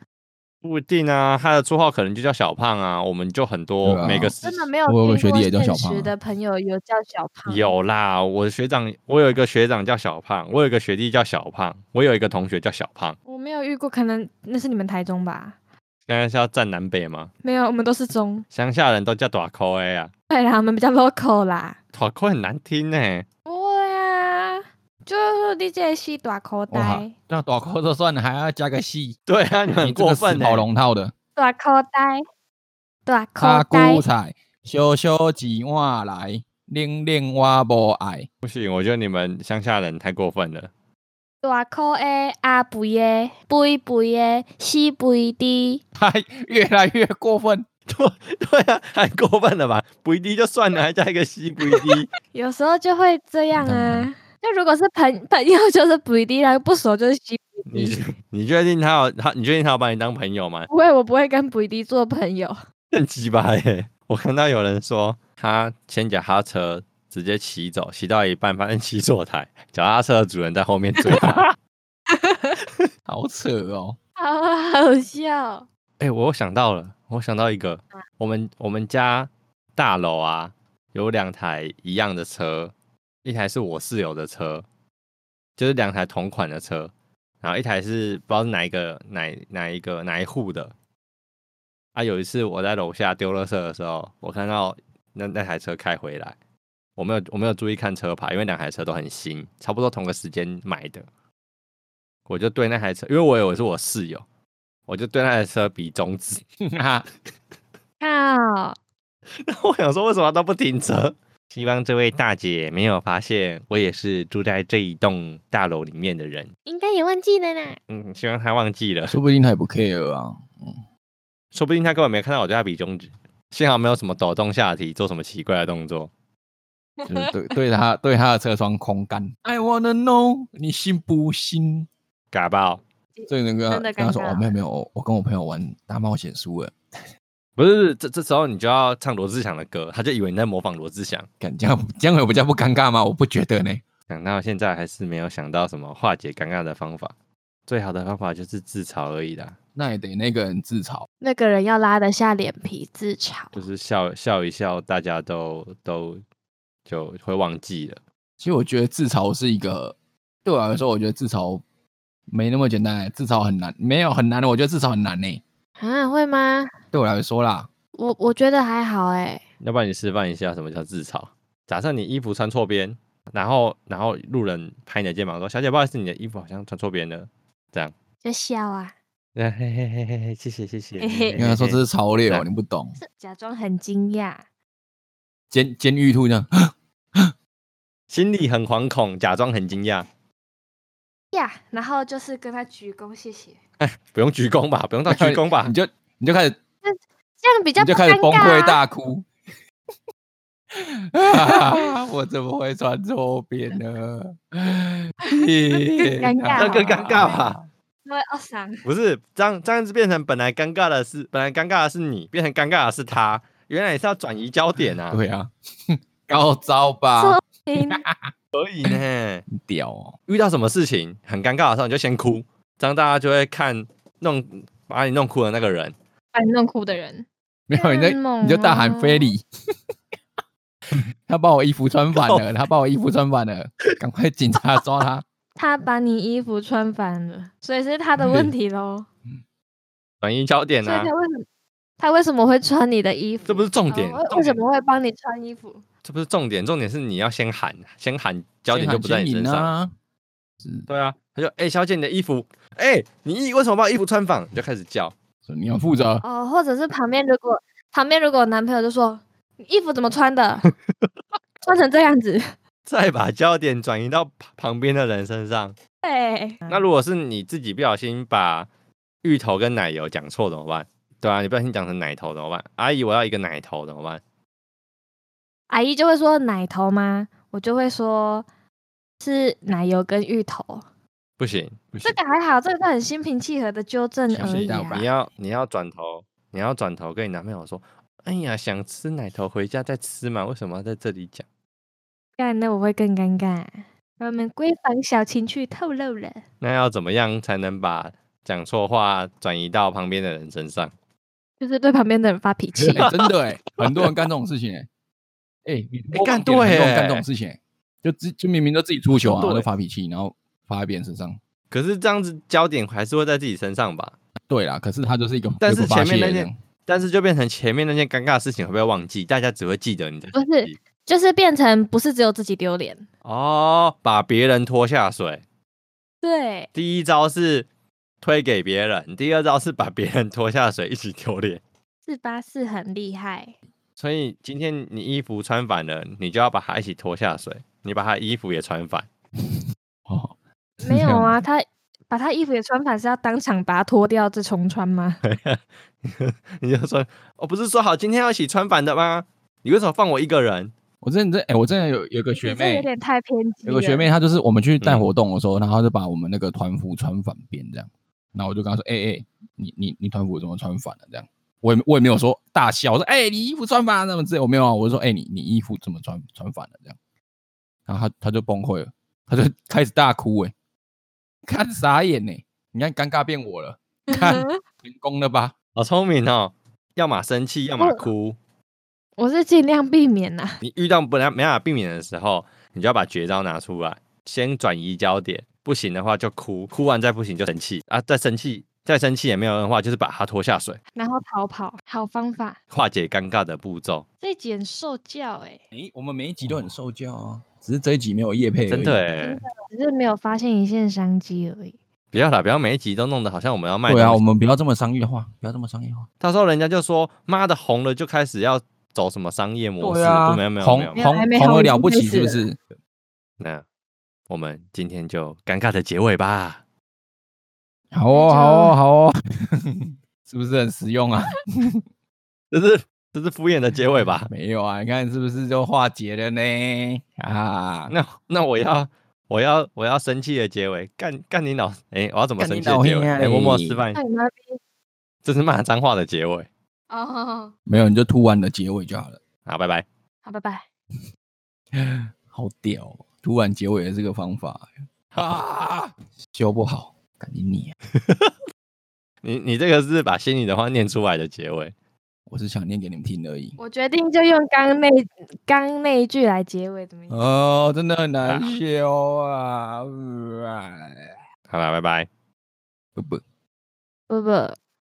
[SPEAKER 3] 不一定啊，他的绰号可能就叫小胖啊，我们就很多、
[SPEAKER 1] 对啊
[SPEAKER 3] 每个时
[SPEAKER 2] 真的没有
[SPEAKER 1] 我有个
[SPEAKER 2] 听
[SPEAKER 1] 学
[SPEAKER 2] 过
[SPEAKER 1] 弟也叫
[SPEAKER 2] 现
[SPEAKER 1] 小胖
[SPEAKER 2] 实
[SPEAKER 1] 啊
[SPEAKER 2] 的朋友有叫小胖，
[SPEAKER 3] 有啦，我的学长，我有一个学长叫小胖，我有一个学弟叫小胖，我有一个同学叫小胖。
[SPEAKER 2] 我没有遇过，可能那是你们台中吧？
[SPEAKER 3] 刚刚是要站南北吗？
[SPEAKER 2] 没有，我们都是中。
[SPEAKER 3] 乡下人都叫短扣 A 啊，
[SPEAKER 2] 对啦，我们比较 local 啦。
[SPEAKER 3] 短扣很难听呢、
[SPEAKER 2] 不会啊，就是你这是大口
[SPEAKER 1] 哇
[SPEAKER 2] 袋，
[SPEAKER 1] 那短裤都算了，还要加个戏，
[SPEAKER 3] 对啊，你们
[SPEAKER 1] 你
[SPEAKER 3] 很
[SPEAKER 1] 这个
[SPEAKER 3] 过
[SPEAKER 1] 死
[SPEAKER 3] 分呢、
[SPEAKER 1] 跑龙套的，
[SPEAKER 2] 大口袋，大
[SPEAKER 1] 卡
[SPEAKER 2] 口袋
[SPEAKER 1] 古。彩，小小几碗来，零零我无爱。
[SPEAKER 3] 不行，我觉得你们乡下人太过分了。
[SPEAKER 2] 大口的阿肥的，肥肥的，西肥的，
[SPEAKER 1] 他越来越过分。
[SPEAKER 3] 对啊，还过分了吧？不一滴就算了，还加一个西不一滴，
[SPEAKER 2] 有时候就会这样
[SPEAKER 1] 当
[SPEAKER 2] 啊
[SPEAKER 1] 然。
[SPEAKER 2] 就如果是朋 朋友，就是肥的，然后不熟就是西肥
[SPEAKER 3] 你
[SPEAKER 2] 的。
[SPEAKER 3] 你确定他有他？你确定他有把你当朋友吗？
[SPEAKER 2] 不会，我不会跟肥的做朋友。
[SPEAKER 3] 很鸡巴耶！我看到有人说他先脚踏车直接骑走，骑到一半发现骑错台，脚踏车的主人在后面追他。
[SPEAKER 1] 好扯 哦！
[SPEAKER 2] 好啊好笑。
[SPEAKER 3] 哎、我又想到了，我想到一个，我们我们家大楼啊有两台一样的车，一台是我室友的车，就是两台同款的车，然后一台是不知道是哪一个哪哪一个哪一户的。啊，有一次我在楼下丢垃圾的时候，我看到那那台车开回来，我没有我没有注意看车牌，因为两台车都很新，差不多同个时间买的。我就对那台车，因为我以为是我室友，我就对那台车比中指。
[SPEAKER 1] 啊，
[SPEAKER 2] 靠！
[SPEAKER 3] 然 后我想说，为什么他都不停车？希望这位大姐没有发现，我也是住在这一栋大楼里面的人。
[SPEAKER 2] 应该也忘记了啦。
[SPEAKER 3] 嗯，希望她忘记了，
[SPEAKER 1] 说不定他也不 care 啊。
[SPEAKER 3] 说不定她根本没看到我对她比中指。幸好没有什么抖动下体，做什么奇怪的动作。
[SPEAKER 2] 嗯
[SPEAKER 1] 就是对对他对他的车窗空干。I wanna know，你信不信？
[SPEAKER 3] 嘎爆！
[SPEAKER 1] 所以那个
[SPEAKER 2] 真的
[SPEAKER 1] 跟他说
[SPEAKER 2] 尴尬
[SPEAKER 1] 哦，没有没有，我我跟我朋友玩大冒险输了，
[SPEAKER 3] 不是这这时候你就要唱罗志祥的歌，他就以为你在模仿罗志祥。
[SPEAKER 1] 敢这样这样有比较不尴尬吗？我不觉得呢。
[SPEAKER 3] 想到现在还是没有想到什么化解尴尬的方法，最好的方法就是自嘲而已啦，
[SPEAKER 1] 那也得那个人自嘲。
[SPEAKER 2] 那个人要拉得下脸皮自嘲。
[SPEAKER 3] 就是笑笑一笑，大家都都就会忘记了。
[SPEAKER 1] 其实我觉得自嘲是一个对我来说，我觉得自嘲没那么简单，欸自嘲很难，没有很难的，我觉得自嘲很难呢。
[SPEAKER 2] 啊，会吗？
[SPEAKER 1] 对我来说啦，
[SPEAKER 2] 我我觉得还好哎、
[SPEAKER 3] 要不然你示范一下什么叫自嘲？假设你衣服穿错边，然后然后路人拍你的肩膀说：“小姐，不好意思，你的衣服好像穿错边了。
[SPEAKER 2] 就笑啊，”
[SPEAKER 3] 嘿嘿嘿嘿嘿，谢谢谢谢。
[SPEAKER 2] 嘿嘿
[SPEAKER 1] 你跟他说这是潮流，
[SPEAKER 3] 对
[SPEAKER 1] 你不懂。
[SPEAKER 2] 是假装很惊讶。
[SPEAKER 1] 监监狱兔这样，
[SPEAKER 3] 心里很惶恐，假装很惊讶，
[SPEAKER 2] 呀，然后就是跟他鞠躬，谢谢，
[SPEAKER 3] 不用鞠躬吧，不用到鞠躬吧
[SPEAKER 1] 你，就你就开始
[SPEAKER 2] 这样比较
[SPEAKER 1] 你就
[SPEAKER 2] 不
[SPEAKER 1] 开始
[SPEAKER 2] 尴
[SPEAKER 1] 崩
[SPEAKER 2] 尬
[SPEAKER 1] 溃
[SPEAKER 2] 啊
[SPEAKER 1] 大哭。 啊、我怎么会穿错边呢？尴
[SPEAKER 2] 尬 这
[SPEAKER 3] 更尴尬吧？
[SPEAKER 2] 因为二三
[SPEAKER 3] 不是这样，这样子变成本来尴尬的是，本来尴尬的是你，变成尴尬的是他，原来也是要转移焦点啊，
[SPEAKER 1] 对啊， 高招吧
[SPEAKER 2] 错，听
[SPEAKER 3] 可以呢。
[SPEAKER 1] 屌、哦！
[SPEAKER 3] 遇到什么事情很尴尬的时候，你就先哭，这样大家就会看弄把你弄哭的那个人，
[SPEAKER 2] 把你弄哭的人，
[SPEAKER 1] 没有你在
[SPEAKER 2] 真猛
[SPEAKER 1] 你就大喊
[SPEAKER 2] 哦
[SPEAKER 1] 非礼。 他把我衣服穿反 了，他把我衣服穿反了，赶快警察抓他！
[SPEAKER 2] 他把你衣服穿反了，所以是他的问题喽。
[SPEAKER 3] 转移焦点
[SPEAKER 2] 所以
[SPEAKER 3] 啊
[SPEAKER 2] 他，为什么他为什么会穿你的衣服？
[SPEAKER 3] 这不是重
[SPEAKER 2] 哦
[SPEAKER 3] 点，
[SPEAKER 2] 为
[SPEAKER 3] 重
[SPEAKER 2] 为什
[SPEAKER 3] 点
[SPEAKER 2] 么会帮你穿衣服？
[SPEAKER 3] 这不是重点，重点是你要先喊，先喊， 焦点就不在你
[SPEAKER 1] 先
[SPEAKER 3] 身
[SPEAKER 1] 喊先赢
[SPEAKER 3] 上。
[SPEAKER 1] 啊！
[SPEAKER 3] 对啊，他就哎、小姐你的衣服，哎、你衣为什么把我衣服穿反？你就开始叫，
[SPEAKER 1] 说你要负责，
[SPEAKER 2] 哦，或者是旁边如果旁边如果有男朋友就说你衣服怎么穿的， 穿成这样子，
[SPEAKER 3] 再把焦点转移到旁旁边的人身上。
[SPEAKER 2] 对，
[SPEAKER 3] 那如果是你自己不小心把芋头跟奶油讲错怎么办？对啊，你不小心讲成奶头怎么办？阿姨，我要一个奶头怎么办？
[SPEAKER 2] 阿姨就会说奶头吗？我就会说是奶油跟芋头，
[SPEAKER 3] 不行，不行
[SPEAKER 2] 这，个还好，这个是很心平气和的纠正
[SPEAKER 1] 相
[SPEAKER 2] 而
[SPEAKER 1] 信
[SPEAKER 2] 已、
[SPEAKER 1] 到
[SPEAKER 2] 啊
[SPEAKER 1] 吧。
[SPEAKER 3] 你要你要转头，你要转头跟你男朋友说，哎呀，想吃奶头回家再吃嘛，为什么要在这里讲？
[SPEAKER 2] 干，那我会更尴尬。我们闺房小情趣透露了，
[SPEAKER 3] 那要怎么样才能把讲错话转移到旁边的人身上？
[SPEAKER 2] 就是对旁边的人发脾 气。
[SPEAKER 1] 欸真的哎、很多人干这种事情哎、欸，哎、你
[SPEAKER 3] 欸
[SPEAKER 1] 我
[SPEAKER 3] 干
[SPEAKER 1] 忘记了
[SPEAKER 3] 对
[SPEAKER 1] 很多人干
[SPEAKER 3] 欸哦
[SPEAKER 1] 这种事情、欸，就自就明明都自己出糗啊，
[SPEAKER 3] 对
[SPEAKER 1] 然后就发脾气，然后发在别人身上。
[SPEAKER 3] 可是这样子焦点还是会在自己身上吧？
[SPEAKER 1] 对啦，可是他就是一个，
[SPEAKER 3] 但是
[SPEAKER 1] 一个发
[SPEAKER 3] 前面那
[SPEAKER 1] 泄
[SPEAKER 3] 件
[SPEAKER 1] 这样
[SPEAKER 3] 但是就变成前面那件尴尬的事情会被忘记，大家只会记得你的
[SPEAKER 2] 不是，就是变成不是只有自己丢脸。
[SPEAKER 3] 哦，把别人拖下水。
[SPEAKER 2] 对，
[SPEAKER 3] 第一招是推给别人，第二招是把别人拖下水，一起丢脸。
[SPEAKER 2] 四八四很厉害。
[SPEAKER 3] 所以今天你衣服穿反了，你就要把他一起拖下水，你把他衣服也穿反。
[SPEAKER 1] 哦，
[SPEAKER 2] 没有 啊，他把他衣服也穿反是要当场把它脱掉再重穿吗？
[SPEAKER 3] 你就说，我不是说好今天要一起穿反的吗？你为什么放我一个人？
[SPEAKER 1] 我真的哎、我真的有有个学
[SPEAKER 2] 你这有
[SPEAKER 1] 妹，
[SPEAKER 2] 点太偏激
[SPEAKER 1] 有
[SPEAKER 2] 了。
[SPEAKER 1] 个学妹，她就是我们去带活动的时候，然后她就把我们那个团服穿反边这样，然后我就跟她说：“哎、哎、你你你团服怎么穿反了？”这样，我也我也没有说大笑，我说：“哎、你衣服穿反了怎么之类。”我没有啊，我就说：“哎、你你衣服怎么穿穿反了？”这样，然后她她就崩溃了，她就开始大哭哎、看傻眼呢、欸你看尴尬变我了，看成功了吧？
[SPEAKER 3] 好聪明哦，要么生气，要么
[SPEAKER 2] 我
[SPEAKER 3] 哭。
[SPEAKER 2] 我是尽量避免啦、
[SPEAKER 3] 你遇到不能没办法避免的时候，你就要把绝招拿出来，先转移焦点。不行的话就哭，哭完再不行就生气啊，再生气再生气也没有用的话，就是把他拖下水，
[SPEAKER 2] 然后逃跑，好方法。
[SPEAKER 3] 化解尴尬的步骤。
[SPEAKER 2] 这减受教哎、
[SPEAKER 1] 哎、我们每一集都很受教啊，只是这一集没有叶配而已，啊
[SPEAKER 3] 真的哎、
[SPEAKER 2] 只是没有发现一线商机而已。
[SPEAKER 3] 不要啦，不要每一集都弄得好像我们要卖
[SPEAKER 1] 对啊，
[SPEAKER 3] 东
[SPEAKER 1] 我
[SPEAKER 3] 西
[SPEAKER 1] 们不要这么商业化，不要这么商业化。
[SPEAKER 3] 到时候人家就说妈的红了就开始要走什么商业模式，
[SPEAKER 1] 啊
[SPEAKER 3] 不没有没有
[SPEAKER 1] 红
[SPEAKER 3] 没有没有，
[SPEAKER 1] 红
[SPEAKER 2] 还没
[SPEAKER 1] 红
[SPEAKER 2] 红
[SPEAKER 1] 了
[SPEAKER 2] 已
[SPEAKER 1] 了
[SPEAKER 2] 经
[SPEAKER 1] 不
[SPEAKER 2] 开
[SPEAKER 1] 起
[SPEAKER 2] 始
[SPEAKER 1] 是不
[SPEAKER 2] 了
[SPEAKER 1] 是？
[SPEAKER 3] 那我们今天就尴尬的结 尾吧。
[SPEAKER 1] 好哦，好
[SPEAKER 2] 啊
[SPEAKER 1] 哦，好 哦，是不是很实用啊？？
[SPEAKER 3] 这是这是敷衍的结尾吧
[SPEAKER 1] 没有啊，你看是不是就化解了呢？啊，
[SPEAKER 3] 那那我要我要我要生气的结尾，干干你老哎、我要怎么
[SPEAKER 1] 干
[SPEAKER 3] 生
[SPEAKER 1] 你
[SPEAKER 3] 气的
[SPEAKER 1] 老
[SPEAKER 3] 结尾？
[SPEAKER 1] 兄啊
[SPEAKER 3] 哎、默默
[SPEAKER 1] 你
[SPEAKER 3] 示范
[SPEAKER 2] 那，你们
[SPEAKER 3] 这是骂脏话的结尾。
[SPEAKER 2] 哦，
[SPEAKER 1] 没有，你就突然的结尾就好了。
[SPEAKER 3] 好，拜拜。
[SPEAKER 2] 好，拜拜。
[SPEAKER 1] 好屌、哦，突然结尾的这个方法啊，修不好，赶紧你啊、
[SPEAKER 3] 你你这个是把心里的话念出来的结尾。
[SPEAKER 1] 我是想念给你们听而已。
[SPEAKER 2] 我决定就用刚刚那刚那一句来结尾，怎么样？
[SPEAKER 1] 哦，真的很难修啊！呃啊
[SPEAKER 3] 好了，拜拜。
[SPEAKER 1] 不不。
[SPEAKER 2] 不不。